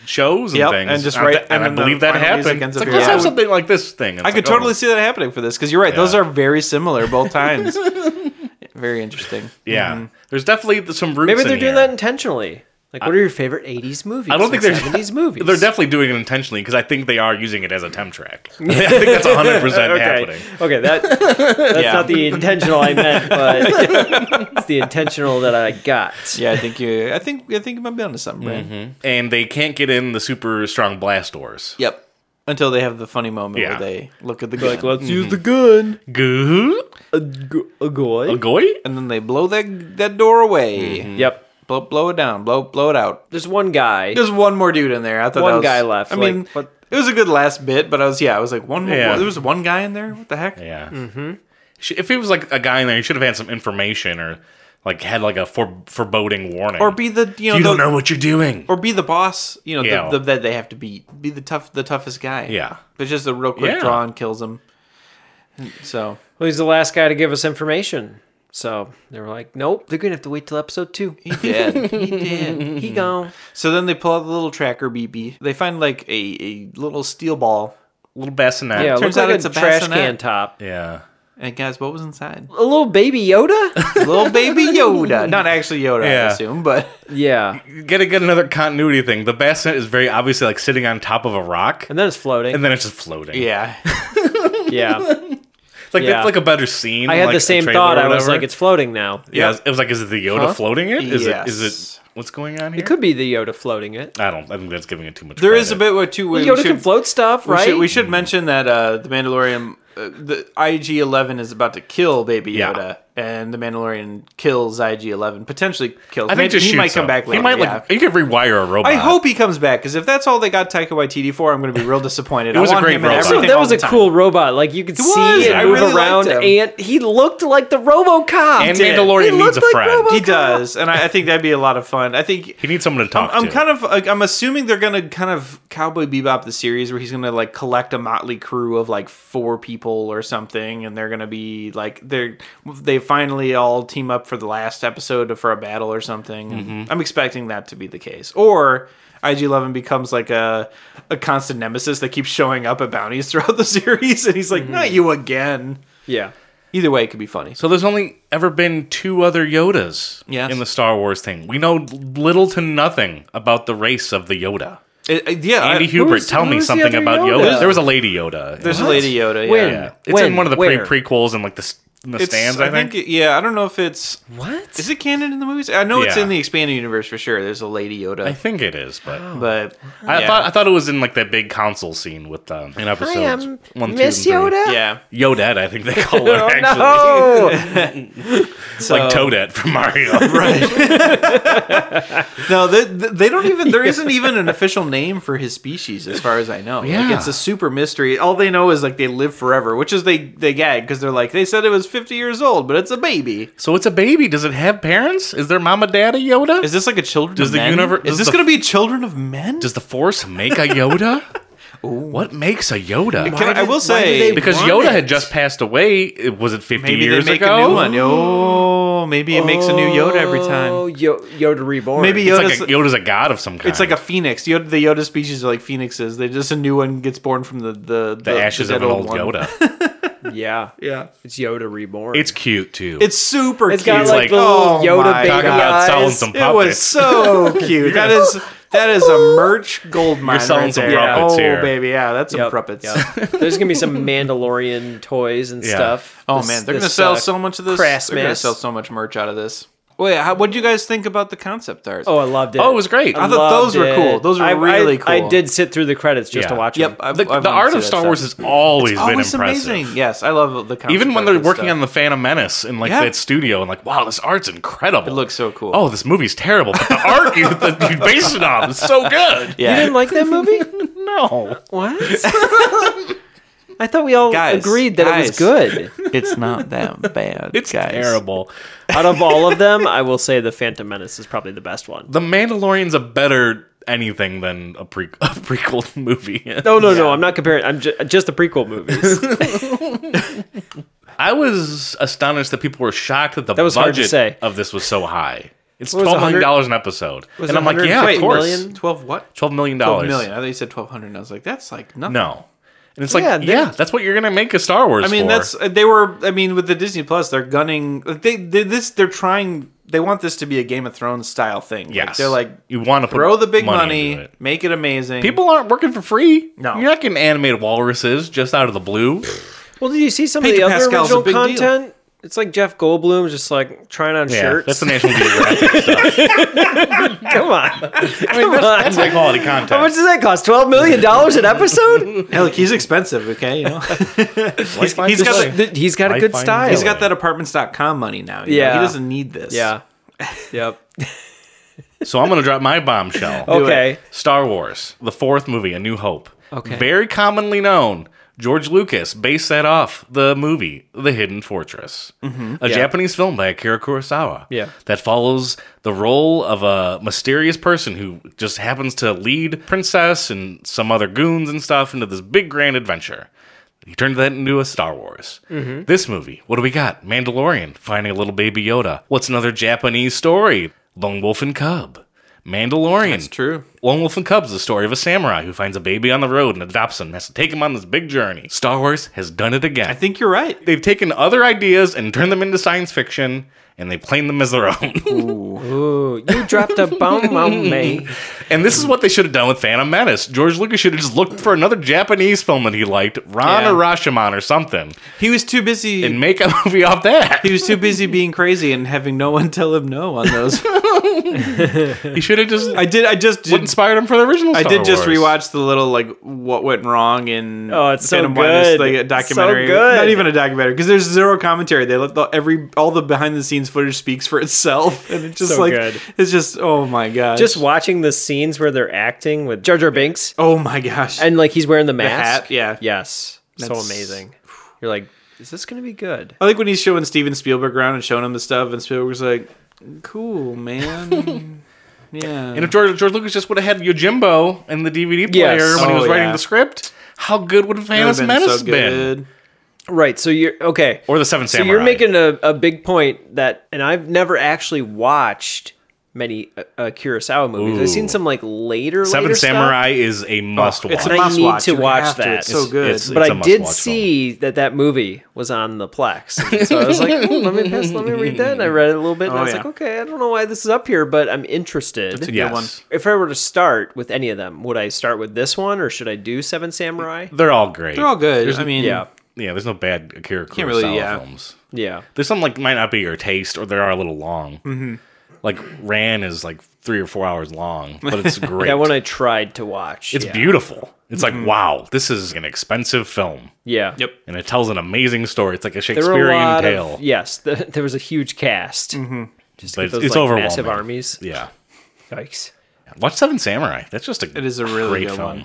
S1: shows and
S3: Yep,
S1: things.
S3: and just
S1: I-
S3: right-
S1: and,
S3: and
S1: I
S3: then the
S1: believe that
S3: final music
S1: happened.
S3: ends
S1: It's
S3: up
S1: like,
S3: here.
S1: let's
S3: Yeah.
S1: have something like this thing. It's
S3: I could
S1: like, oh.
S3: totally see that happening for this because you're right; those
S1: Yeah.
S3: are very similar both times. very interesting.
S1: Yeah.
S3: Mm-hmm.
S1: There's definitely th- some roots
S2: maybe
S1: in
S2: they're doing
S1: here.
S2: that intentionally. Like, what are your favorite '80s movies?
S1: I don't think
S2: or
S1: they're
S2: '70s movies.
S1: They're definitely doing it intentionally because I think they are using it as a temp track. I think that's 100 percent happening.
S2: Okay, that that's
S3: yeah.
S2: not the intentional I meant, but it's the intentional that I got.
S3: yeah, I think you. I think I think you might be onto something, Brad.
S1: Mm-hmm. And they can't get in the super strong blast doors.
S3: Yep. Until they have the funny moment
S1: Yeah.
S3: where they look at the gun,
S2: use the gun.
S1: Mm-hmm. Goo?
S2: A, gu- a goy.
S1: Goy?
S3: and then they blow that that door away.
S1: Mm-hmm.
S2: Yep.
S3: Blow, blow it down. Blow blow it out.
S2: There's one guy.
S3: There's one more dude in there. I thought
S2: One
S3: that was-
S2: guy left,
S3: I mean,
S2: like, what-
S3: it was a good last bit, but I was yeah, I was like one more.
S1: Yeah.
S3: There was one guy in there. What the heck?
S1: Yeah. Mm-hmm. If it was like a guy in there, he should have had some information or like had like a for- foreboding warning.
S3: Or be the you know
S1: you
S3: the,
S1: don't know what you're doing.
S3: or be the boss. You know
S1: Yeah.
S3: the, the, that they have to beat. Be the tough the toughest guy.
S1: Yeah.
S3: but just a real quick
S1: Yeah.
S3: draw and kills him. So
S2: well, he's the last guy to give us information. So they were like, nope, they're gonna have to wait till episode two.
S3: he did. he did.
S2: He gone.
S3: So then they pull out the little tracker BB. They find like a, a little steel ball.
S1: little bassinet.
S2: Yeah, it
S3: Turns
S2: looks
S3: out
S2: like
S3: it's
S2: a,
S3: a
S2: trash
S3: bassinet.
S2: can top.
S1: Yeah.
S3: And guys, what was inside?
S2: A little baby Yoda?
S3: Little baby Yoda. Not actually Yoda, I
S1: Yeah.
S3: assume, but
S2: yeah.
S1: Gotta get another continuity thing. The bassinet is very obviously like sitting on top of a rock,
S2: And then it's floating.
S1: and then it's just floating.
S3: yeah.
S2: yeah.
S1: It's like
S2: Yeah.
S1: that's like a better scene.
S2: I had
S1: like,
S2: the
S1: a
S2: same
S1: trailer
S2: thought.
S1: or
S2: I was
S1: whatever.
S2: like, it's floating now.
S1: yeah. It was like, is it the Yoda floating it? Is it? Is
S3: Yes.
S1: it? What's going on here?
S2: It could be the Yoda floating it.
S1: I don't. I think that's giving it too much.
S3: There is a
S1: credit.
S3: bit where two ways.
S2: Yoda can float stuff,
S3: We
S2: right?
S3: should, we should mention that uh, the Mandalorian, uh, the IG Eleven is about to kill Baby
S1: Yeah.
S3: Yoda, and the Mandalorian kills IG Eleven, potentially kills.
S1: I think
S3: Maybe
S1: just
S3: he might
S1: shoots
S3: come
S1: him.
S3: back later.
S1: He might
S3: yeah.
S1: like. You could rewire a robot.
S3: I hope he comes back because if that's all they got Taika Waititi for, I'm going to be real disappointed.
S1: It was
S3: I
S1: a
S3: want
S1: great
S3: him in
S1: robot.
S2: Also,
S3: everything
S2: that
S3: all
S2: was
S3: the
S2: a
S3: time.
S2: cool robot. Like you could
S3: was.
S2: see
S3: I
S2: and move
S3: really liked
S2: around,
S3: him.
S2: and he looked like the RoboCop.
S1: And
S3: did.
S2: He
S1: Mandalorian needs
S2: looked
S1: a
S2: like
S1: friend.
S2: Robo-
S3: He does, and I, I think that'd be a lot of fun. I think
S1: he needs someone to
S3: I'm,
S1: talk
S3: I'm
S1: to.
S3: kind of like, I'm assuming they're gonna kind of cowboy bebop the series where he's gonna like collect a motley crew of like four people or something, and they're gonna be like they're they finally all team up for the last episode for a battle or something.
S1: Mm-hmm.
S3: I'm expecting that to be the case, or IG Eleven becomes like a a constant nemesis that keeps showing up at bounties throughout the series, and he's like, not
S1: Mm-hmm.
S3: you again.
S2: Yeah.
S3: Either way, it could be funny.
S1: So there's only ever been two other Yodas
S3: Yes.
S1: in the Star Wars thing. We know little to nothing about the race of the Yoda.
S3: It- it- yeah,
S1: Andy
S3: I-
S1: Hubert,
S2: who's-
S1: tell me
S2: who's the
S1: something
S2: other
S1: about
S2: Yoda?
S1: Yoda. There was a lady Yoda.
S3: There's a Lady Yoda. Yeah.
S2: When?
S1: yeah. It's
S2: When?
S1: in one of the pre-
S2: Where?
S1: prequels and like the, s- in the
S3: It's-
S1: stands. I, think.
S3: it- yeah, I don't know if it's
S2: What?
S3: Is it canon in the movies? I know it's
S1: Yeah.
S3: in the expanded universe for sure. There's a Lady Yoda,
S1: I think it is, but
S3: but
S1: I
S3: Oh. yeah.
S1: thought I thought it was in like that big console scene with um, in episodes
S2: am
S1: one, two, and
S2: Miss
S1: three.
S2: Yoda? Oh,
S3: yeah.
S1: Yodette, I think they call her actually.
S2: No.
S1: It's like Toadette from Mario.
S3: No, they, they don't even. There isn't even an official name for his species, as far as I know.
S1: Yeah.
S3: like, it's a super mystery. All they know is like they live forever, which is they they gag because they're like they said it was 50 years old, but it's a baby.
S1: So it's a baby. Does it have parents? Is there mama, daddy, Yoda?
S3: Is this like a children?
S1: Does
S3: of
S1: the
S3: men?
S1: universe-
S3: Is
S1: does
S3: this
S1: the-
S3: going to be Children of Men?
S1: Does the Force make a Yoda? What makes a Yoda?
S3: Can I, I will say
S1: because Yoda had just passed away. it- Was it 50
S3: maybe
S1: years
S3: they make
S1: ago?
S3: a new one. Oh, maybe it makes a new Yoda every
S2: Oh,
S3: time.
S2: Yo- Yoda reborn.
S3: Maybe
S1: It's
S3: Yoda's,
S1: like a, Yoda's a god of some kind.
S3: It's like a phoenix. Yoda, the Yoda species are like phoenixes. They just a new one gets born from the the,
S1: the, ashes of
S3: dead
S1: an old
S3: one.
S1: Yoda.
S2: Yeah.
S3: Yeah,
S2: It's Yoda reborn.
S1: It's cute too.
S3: it's super.
S2: It's
S3: cute.
S2: got like,
S1: like,
S2: the little
S3: oh
S2: Yoda
S3: my
S2: baby
S1: Talk about
S2: eyes.
S1: selling some
S3: it was
S1: puppets.
S3: so cute. that is that is a merch gold mine.
S1: selling
S3: right
S1: some
S3: there.
S1: puppets
S3: oh
S1: here.
S3: baby, yeah, that's some
S2: Yep,
S3: puppets.
S2: yep. There's gonna be some Mandalorian toys and
S1: Yeah.
S2: stuff.
S3: Oh
S2: This-
S3: man, they're
S2: this,
S3: gonna sell
S2: uh,
S3: so much of this.
S2: crass
S3: they're gonna
S2: mess.
S3: sell so much merch out of this. Wait, how, what do you guys think about the concept art?
S2: Oh, I loved it.
S1: Oh, it was great.
S3: I thought those
S2: Loved
S3: were cool.
S2: it.
S3: Those were
S2: I- I-
S3: really cool.
S2: I did sit through the credits just to
S1: Yeah.
S2: watch
S3: Yep,
S2: them.
S3: I've,
S1: the,
S3: I've
S1: the
S3: wanted
S1: art
S3: to
S1: of
S3: see
S1: Star
S3: that
S1: Wars
S3: stuff.
S1: has always been
S3: always
S1: impressive.
S3: amazing. Yes, I love the concept
S1: Even when
S3: art
S1: they're
S3: of this
S1: working
S3: stuff.
S1: on the Phantom Menace in like
S3: Yeah.
S1: that studio and like, wow, this art's incredible. It
S3: looks so cool.
S1: Oh, this movie's terrible, but the art you, that you base it on is so good.
S2: You
S3: yeah.
S2: didn't like that movie?
S1: No,
S2: what? I thought we all
S3: Guys,
S2: agreed that it was
S3: guys.
S2: good.
S3: It's not that bad.
S1: it's terrible.
S2: Out of all of them, I will say the Phantom Menace is probably the best one.
S1: The Mandalorian's a better anything than a, pre- a prequel movie.
S2: No, no, no. I'm not comparing. I'm ju- just the prequel movies.
S1: I was astonished that people were shocked that the
S2: was hard to
S1: budget
S2: say.
S1: of this was so high. It's
S2: was it,
S1: twelve million dollars an episode, and
S2: it
S1: I'm like, yeah,
S2: 150
S1: of course,
S2: million?
S3: Twelve what?
S1: twelve million
S3: Twelve
S1: dollars.
S3: million. I thought you said twelve hundred. And I was like, that's like nothing.
S1: No, and it's like,
S2: Yeah,
S1: yeah,
S2: they-
S1: that's what you're gonna make a Star Wars.
S3: I mean
S1: for.
S3: that's they were. I mean, with the Disney Plus, they're gunning. like, They, they this they're trying. They want this to be a Game of Thrones style thing. Like,
S1: yes.
S3: they're like
S1: you want to
S3: throw the big money,
S1: into it.
S3: make it amazing.
S1: People aren't working for free.
S3: No.
S1: you're not getting animated walruses just out of the blue.
S2: well, did you see some
S3: Pedro
S2: of the other
S3: Pascal's a
S2: original
S3: big deal.
S2: content? It's like Jeff Goldblum just like trying on
S1: Yeah,
S2: shirts.
S1: that's the National Geographic.
S2: Come on.
S1: I mean, that's, that's high quality content.
S2: How much does that cost? Twelve million dollars an episode?
S3: Hey, look, he's expensive. Okay, you know he's, he's got the,
S2: Th- he's got a
S1: I
S2: good
S1: find
S2: style.
S3: he's got that Apartments.com money now. you know?
S2: Yeah.
S3: he doesn't need this.
S2: Yeah. Yep.
S1: So I'm gonna drop my bombshell.
S2: Okay.
S1: Star Wars, the fourth movie, A New Hope.
S2: Okay.
S1: Very commonly known. George Lucas based that off the movie The Hidden Fortress, a Japanese film by Akira Kurosawa.
S2: Mm-hmm. Yeah.
S1: That follows the role of a mysterious person who just happens to lead Princess and some other goons and stuff into this big grand adventure. He turned that into a Star Wars.
S3: Mm-hmm.
S1: This movie, what do we got? Mandalorian, finding a little baby Yoda. What's another Japanese story? Lone Wolf and Cub. Mandalorian.
S3: That's true.
S1: Lone Wolf and Cubs, the story of a samurai who finds a baby on the road and adopts him, and has to take him on this big journey. Star Wars has done it again.
S3: I think you're right.
S1: they've taken other ideas and turned them into science fiction, and they plane them as their own.
S2: Ooh, you dropped a bomb on me.
S1: and this is what they should have done with Phantom Menace. George Lucas should have just looked for another Japanese film that he liked, Ron
S3: Yeah.
S1: or Rashomon or something,
S3: He was too busy.
S1: and make a movie off that.
S3: he was too busy being crazy and having no one tell him no on those.
S1: He should have just.
S3: I did. I just
S1: what
S3: did.
S1: inspired him for the original?
S3: I
S1: Star
S3: did just
S1: Wars.
S3: rewatch the little like what went wrong in
S2: Oh, it's so
S3: Menace,
S2: good.
S3: like a
S2: It's so
S3: documentary,
S2: good.
S3: not even a documentary because there's zero commentary. They let the, every all the behind the scenes footage speaks for itself, and it's just
S2: So
S3: like
S2: good.
S3: it's just oh my gosh,
S2: Just watching the scenes where they're acting with Jar Jar Binks
S3: oh my gosh,
S2: and like he's wearing the mask.
S3: hat, yeah.
S2: Yes.
S3: That's-
S2: So amazing. You're like, is this going to be good?
S3: I like when he's showing Steven Spielberg around and showing him the stuff, and Spielberg's like, "Cool, man." yeah.
S1: And if George, George Lucas just would have had Yojimbo in the DVD player
S2: Yes.
S1: when he was
S3: Oh,
S1: writing
S3: yeah.
S1: the script, how good would
S3: It would've
S1: Phantom Menace been?
S2: Right. So you're okay.
S1: Or the Seven
S2: so
S1: Samurai.
S2: you're making a, a big point that, and I've never actually watched many uh, uh, Kurosawa movies.
S1: Ooh.
S2: I've seen some like later.
S1: Seven
S2: later stuff,
S1: Samurai is a must watch.
S3: Oh, It's a
S2: And I
S3: must
S2: need
S3: watch.
S2: to
S3: You
S2: watch
S3: have to.
S2: that.
S3: It's so
S1: It's-
S3: good.
S1: it's-
S2: but I
S1: a
S2: did
S1: must-watch
S2: see that that movie was on the Plex, so I was like, "Ooh, "Let me pass, let me read that." And I read it a little bit, and
S3: Oh,
S2: I was
S3: yeah.
S2: like, "Okay, I don't know why this is up here, but I'm interested."
S3: It's a
S1: Yes.
S3: good one.
S2: if I were to start with any of them, would I start with this one, or should I do Seven Samurai?
S1: They're all great.
S3: They're all good. I mean,
S2: Yeah,
S1: Yeah, there's no bad Akira Kurosawa
S3: Can't really- yeah.
S1: films.
S2: yeah.
S1: There's some like might not be your taste, or they are a little long. Mm-hmm. Like Ran is like three or four hours long, but it's great.
S2: That one I tried to watch.
S1: it's
S2: yeah.
S1: beautiful. It's like wow, this is an expensive film,
S2: Yeah.
S3: Yep.
S1: and it tells an amazing story. It's like a
S2: There were a
S1: Shakespearean
S2: lot
S1: tale. Mm-hmm.
S2: of yes. The, there was a huge cast. Just to
S1: But
S2: get
S1: it's-
S2: those
S1: it's
S2: like,
S1: overwhelming.
S2: massive armies.
S1: yeah,
S2: Yikes!
S1: watch Seven Samurai. That's just a
S3: It is a really
S1: great
S3: good
S1: film.
S3: one.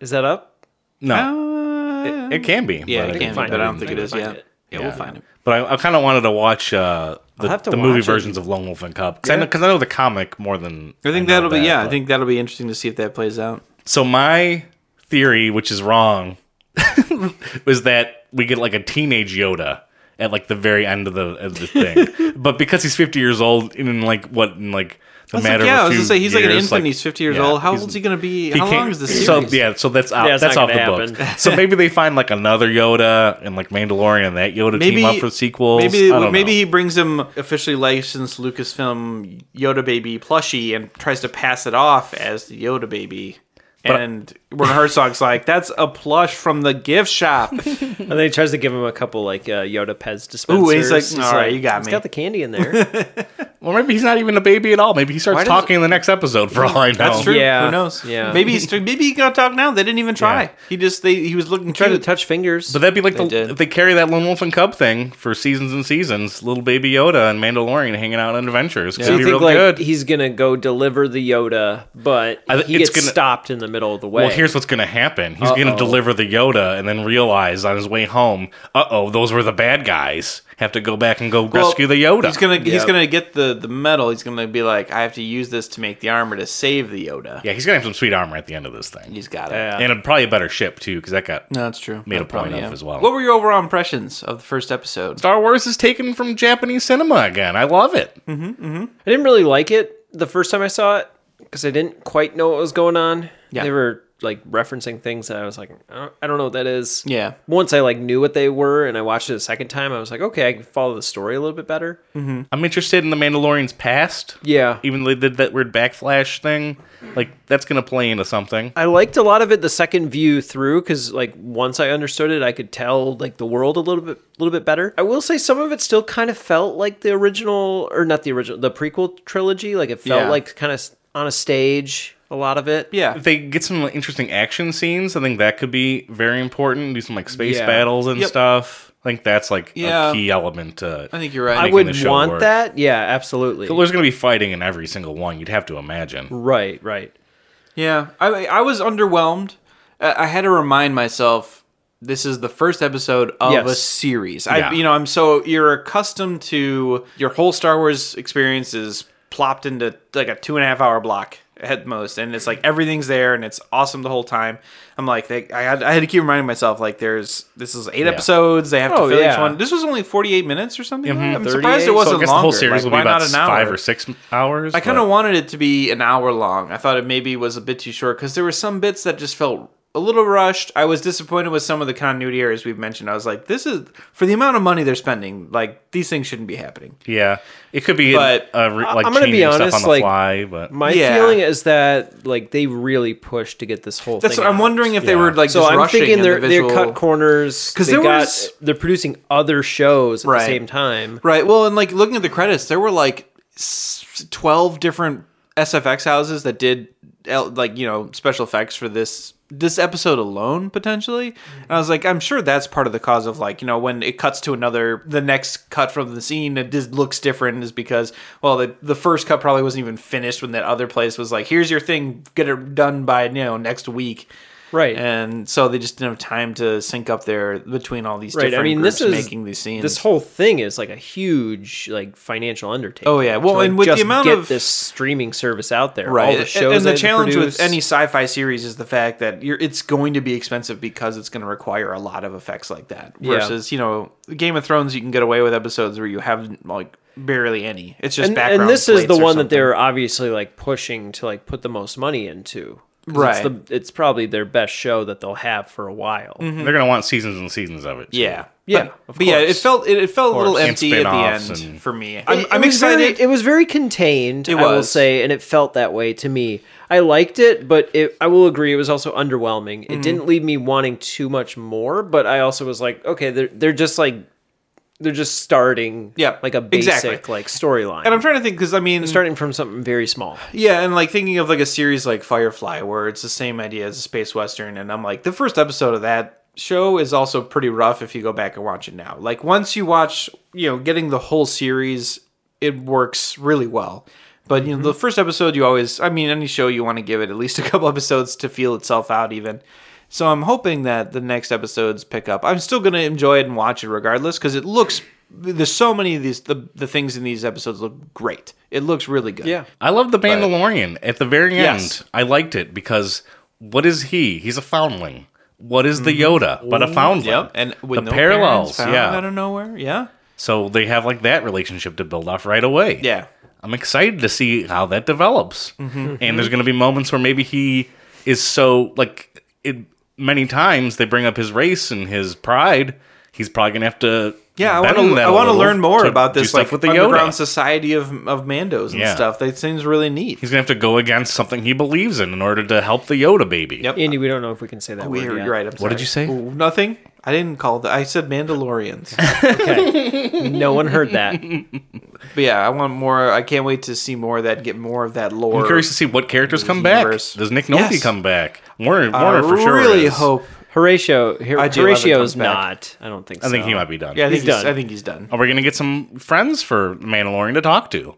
S2: Is that up?
S1: No,
S3: Uh,
S1: it, it can be.
S3: yeah,
S1: but
S3: it
S1: didn't-
S3: can, but I
S1: didn't
S3: don't think it is.
S2: find
S3: Yeah.
S2: it.
S3: yeah, we'll find it.
S1: But I, I kind of wanted to watch uh, the,
S2: have to
S1: the movie
S2: watch it.
S1: versions of Lone Wolf and Cub because I, know- 'cause I know the comic more than
S3: I think
S1: know
S3: that'll
S1: that,
S3: be yeah. I
S1: but-
S3: think that'll be interesting to see if that plays out.
S1: so. My theory, which is wrong, was that we get like a teenage Yoda at like the very end of the, of the thing, but because he's fifty years old in like what in like the
S3: It's like,
S1: matter
S3: yeah,
S1: of
S3: I
S1: a
S3: was
S1: few
S3: gonna say he's like an
S1: years,
S3: infant. he's fifty years
S1: yeah,
S3: old. How
S1: he's-
S3: old's he gonna be?
S1: He
S3: How
S1: can't-
S3: long is this?
S1: So
S3: series?
S1: yeah, so that's out,
S2: Yeah, it's
S1: that's
S2: not
S1: off the
S2: gonna
S1: book.
S2: happen.
S1: So maybe they find like another Yoda and like Mandalorian and that Yoda
S3: Maybe
S1: team up for sequels.
S3: Maybe
S1: I don't
S3: maybe
S1: know.
S3: he brings him officially licensed Lucasfilm Yoda baby plushie and tries to pass it off as the Yoda baby. and Werner Herzog's like, "That's a plush from the gift shop."
S2: And then he tries to give him a couple like uh, Yoda Pez dispensers.
S3: he's like, "All right, you got
S2: It's
S3: me."
S2: got the candy in there.
S1: Well, maybe he's not even a baby at all. Maybe he starts
S3: Why does-
S1: talking in the next episode. For all I know,
S3: That's true.
S2: Yeah.
S3: Who knows?
S2: Yeah.
S3: Maybe he's maybe he can talk now. They didn't even try.
S1: Yeah.
S3: He just they he was looking
S2: Trying to
S3: cute.
S2: touch fingers.
S1: But that'd be like the,
S3: did.
S1: if they carry that Lone Wolf and Cub thing for seasons and seasons. Little baby Yoda and Mandalorian hanging out on adventures. Could
S2: so
S1: be
S2: you
S1: real
S2: think like
S1: good.
S2: he's gonna go deliver the Yoda, but
S1: I th-
S2: he
S1: it's
S2: gets
S1: gonna-
S2: stopped in the middle of the way.
S1: well, here's what's going to happen. He's going to deliver the Yoda and then realize on his way home, uh oh, those were the bad guys. Have to go back and go
S3: Well,
S1: rescue the Yoda.
S3: He's gonna he's
S2: Yeah.
S3: gonna get the the medal. He's gonna be like, "I have to use this to make the armor to save the Yoda."
S1: yeah, he's going to have some sweet armor at the end of this thing.
S3: He's got it.
S1: and a, probably a better ship, too, because that got.
S3: No, that's true.
S1: Made a
S3: No problem,
S1: point of as well.
S3: What were your overall impressions of the first episode?
S1: Star Wars is taken from Japanese cinema again. I love it.
S3: Hmm.
S2: I didn't really like it the first time I saw it because I didn't quite know what was going on.
S3: Yeah.
S2: They were like referencing things that I was like, I don't- I don't know what that is.
S3: Yeah.
S2: Once I like knew what they were and I watched it a second time, I was like, okay, I can follow the story a little bit better.
S1: I'm interested in the Mandalorian's past.
S2: Yeah.
S1: Even though they did that weird backflash thing. Like, that's going to play into something.
S2: I liked a lot of it the second view through because like once I understood it, I could tell like the world a little bit, little bit better. I will say some of it still kind of felt like the original, or not the original, the prequel trilogy. Like it felt
S3: Yeah.
S2: like kind of on a stage. A lot of it,
S3: Yeah.
S1: if they get some like, interesting action scenes, I think that could be very important. Do some like space
S2: Yeah.
S1: battles and
S3: Yep.
S1: stuff. I think that's like
S3: Yeah.
S1: a key element to.
S3: I think you're right.
S2: I
S1: making the
S2: would
S1: show
S2: want
S1: work.
S2: that. Yeah, absolutely.
S1: There's going to be fighting in every single one. You'd have to
S3: Mm-hmm.
S1: imagine.
S2: Right, right.
S3: Yeah, I I was underwhelmed. I I had to remind myself this is the first episode of
S2: Yes.
S3: a series.
S1: Yeah.
S3: I you know I'm so you're accustomed to your whole Star Wars experience is plopped into like a two and a half hour block. at most, and it's like everything's there, and it's awesome the whole time. I'm like, they, I had I had to keep reminding myself like, there's this is eight episodes. They have
S2: Oh,
S3: to fill each
S2: yeah.
S3: one. This was only 48 minutes or something. I'm
S2: 38.
S3: surprised
S2: So
S3: it
S2: I
S1: Mm-hmm, So I
S3: wasn't
S1: guess the
S3: longer.
S1: whole series
S3: Like,
S1: will be
S3: why
S1: about
S3: not an hour?
S1: five or six hours.
S3: I kind
S1: but-
S3: of wanted it to be an hour long. I thought it maybe was a bit too short because there were some bits that just felt a little rushed. I was disappointed with some of the continuity errors we've mentioned. I was like, this is for the amount of money they're spending. Like these things shouldn't be happening.
S1: yeah, it could be.
S3: But,
S1: But uh, re- like changing
S2: I'm gonna be
S1: stuff on
S2: honest,
S1: the
S2: like,
S1: fly, but
S2: My
S3: Yeah.
S2: feeling is that like they really pushed to get this whole.
S3: That's
S2: thing
S3: what I'm
S2: out.
S3: wondering if they were like
S2: So
S3: just
S2: I'm
S3: rushing
S2: thinking
S3: in
S2: they're
S3: the
S2: they're
S3: visual-
S2: cut corners because
S3: 'Cause there
S2: they got
S3: was-
S2: they're producing other shows at
S3: Right.
S2: the same time.
S3: Right. Well, and like looking at the credits, there were like s- 12 different SFX houses that did el- like, you know, special effects for this this episode alone potentially. And I was like, I'm sure that's part of the cause of like, you know, when it cuts to another the next cut from the scene it just looks different is because well, the the first cut probably wasn't even finished when that other place was like, here's your thing, get it done by, you know, next week.
S2: Right.
S3: And so they just didn't have time to sync up there between all these
S2: right.
S3: different
S2: I mean,
S3: groups
S2: this is
S3: making these scenes.
S2: This whole thing is like a huge like financial undertaking.
S3: Oh, yeah.
S2: to,
S3: Well,
S2: like,
S3: and with the
S2: just
S3: amount
S2: get
S3: of-
S2: this streaming service out there,
S3: right
S2: All the shows
S3: and the
S2: they
S3: challenge
S2: produce.
S3: with any sci-fi series is the fact that you're it's going to be expensive because it's going to require a lot of effects like that
S2: Yeah.
S3: versus you know game of thrones you can get away with episodes where you have like barely any it's just
S2: and,
S3: background
S2: and this is the
S3: plates or
S2: one that
S3: something.
S2: they're obviously like pushing to like put the most money into. 'Cause It's,
S3: Right. Mm-hmm.
S2: the, it's probably their best show that they'll have for a while.
S1: they're gonna want seasons and seasons of it. too.
S3: yeah
S2: Yeah,
S3: but,
S2: of
S3: but yeah it
S2: course.
S3: felt it, it felt a little
S1: And
S3: empty at the
S1: spin-offs
S3: end
S1: and-
S3: for me i'm,
S2: It-
S3: I'm
S2: it was very-
S3: excited
S2: it was very contained.
S3: It
S2: I will
S3: was.
S2: say, and it felt that way to me. I liked it, but it, I will agree it was also underwhelming. It
S3: Mm.
S2: didn't leave me wanting too much more, but I also was like, okay, they're they're just like they're just starting,
S3: Yeah,
S2: like a basic
S3: exactly.
S2: like storyline.
S3: and i'm trying to think because i mean
S2: starting from something very small.
S3: Yeah, and like thinking of like a series like Firefly, where it's the same idea as a space western, and I'm like, the first episode of that show is also pretty rough if you go back and watch it now. Like once you watch, you know, getting the whole series, it works really well. But you know, the first episode you always, I mean, any show you want to give it at least a couple episodes to feel itself out, even. So I'm hoping that the next episodes pick up. I'm still gonna enjoy it and watch it regardless because it looks. There's so many of these. The, the things in these episodes look great. It looks really good.
S2: Yeah.
S1: I love the Mandalorian. At the very end,
S3: Yes.
S1: I liked it because what is he? He's a foundling. What is the Yoda? But a foundling.
S3: Mm-hmm. Yep, and
S1: the
S3: with no
S1: parallels.
S3: parents found
S1: yeah.
S3: out of nowhere. Yeah,
S1: So they have like that relationship to build off right away.
S3: yeah, Mm-hmm.
S1: I'm excited to see how that develops. And there's going to be moments where maybe he is so like it many times they bring up his race and his pride. He's probably going to have to
S3: yeah. I
S1: bend
S3: want to.
S1: that
S3: I
S1: a
S3: want to
S1: little
S3: learn more
S1: to
S3: about
S1: do
S3: this,
S1: stuff
S3: like with the underground society of of Mandos and
S1: Yeah.
S3: stuff. That seems really neat.
S1: He's going to have to go against something he believes in in order to help the Yoda baby.
S3: Yep.
S2: Andy, we don't know if we can say that.
S3: Oh,
S2: word
S3: you're
S2: yet.
S3: you're right. I'm
S1: What did you
S3: sorry.
S1: say?
S3: Ooh, nothing. I didn't call that. I said Mandalorians.
S2: No one heard that.
S3: but yeah, I want more. I can't wait to see more of that. Get more of that lore.
S1: I'm curious to see what characters
S3: His
S1: come
S3: universe.
S1: back. Does Nick Nolte
S3: Yes.
S1: come back? Warner,
S3: I
S1: Warner for sure.
S3: really
S1: is.
S3: hope.
S2: Horatio, Her-
S3: IG-11 comes
S2: Horatio's
S3: back.
S2: not. I don't think.
S1: I
S2: so.
S1: think he might be done. Oh.
S3: Yeah, I think
S2: He's
S3: he's,
S2: done.
S3: I think he's done.
S1: Are we going to get some friends for Mandalorian to talk to?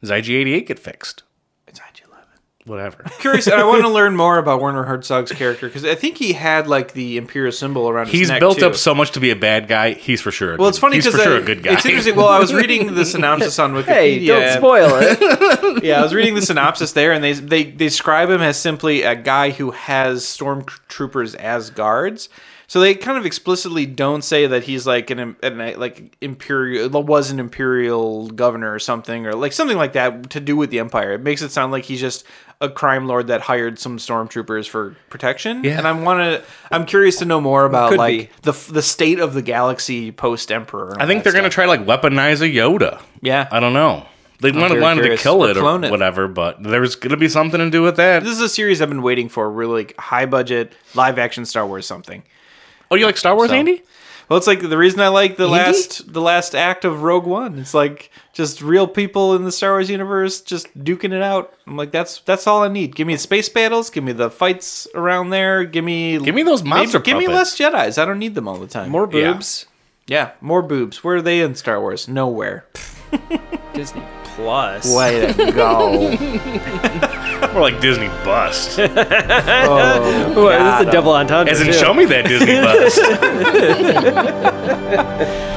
S1: Does IG-88 get fixed?
S3: It's IG-11.
S1: Whatever.
S3: curious, and I want to learn more about Werner Herzog's character because I think he had like the imperial symbol around. his
S1: He's
S3: neck,
S1: built
S3: too.
S1: up so much to be a bad guy. He's for sure. A good,
S3: Well, it's funny
S1: he's
S3: because
S1: for sure a good guy.
S3: It's interesting. Well, I was reading the synopsis on Wikipedia.
S2: Hey, don't spoil it.
S3: Yeah, I was reading the synopsis there, and they they they describe him as simply a guy who has stormtroopers as guards. So they kind of explicitly don't say that he's like an, im- an like imperial was an imperial governor or something or like something like that to do with the empire. It makes it sound like he's just a crime lord that hired some stormtroopers for protection.
S1: Yeah.
S3: and I'm want to I'm curious to know more about
S2: Could
S3: like
S2: be.
S3: the the state of the galaxy post emperor.
S1: I think they're going to try to like weaponize a Yoda.
S3: Yeah.
S1: I don't know. They wanted,
S3: very
S1: wanted to
S3: curious.
S1: kill
S3: Or
S1: it
S3: clone
S1: or
S3: it.
S1: whatever, but there's going to be something to do with that.
S3: This is a series I've been waiting for, really like, high budget live action Star Wars something.
S1: Oh, you like Star Wars,
S3: So-
S1: Andy?
S3: Well, it's like the reason I like the last the last act of Rogue One. It's like just real people in the Star Wars universe just duking it out. I'm like that's that's all I need. Give me space battles, give me the fights around there, give me
S1: Give me those monster
S3: Give me less
S1: puppets.
S3: Jedi's. I don't need them all the time.
S2: More
S1: Yeah.
S2: boobs.
S3: yeah, more boobs. Where are they in Star Wars? Nowhere.
S2: Disney Plus.
S3: Way to go.
S1: More like Disney bust.
S2: Ooh, this is a double entendre.
S1: As in,
S2: too.
S1: show me that Disney bust.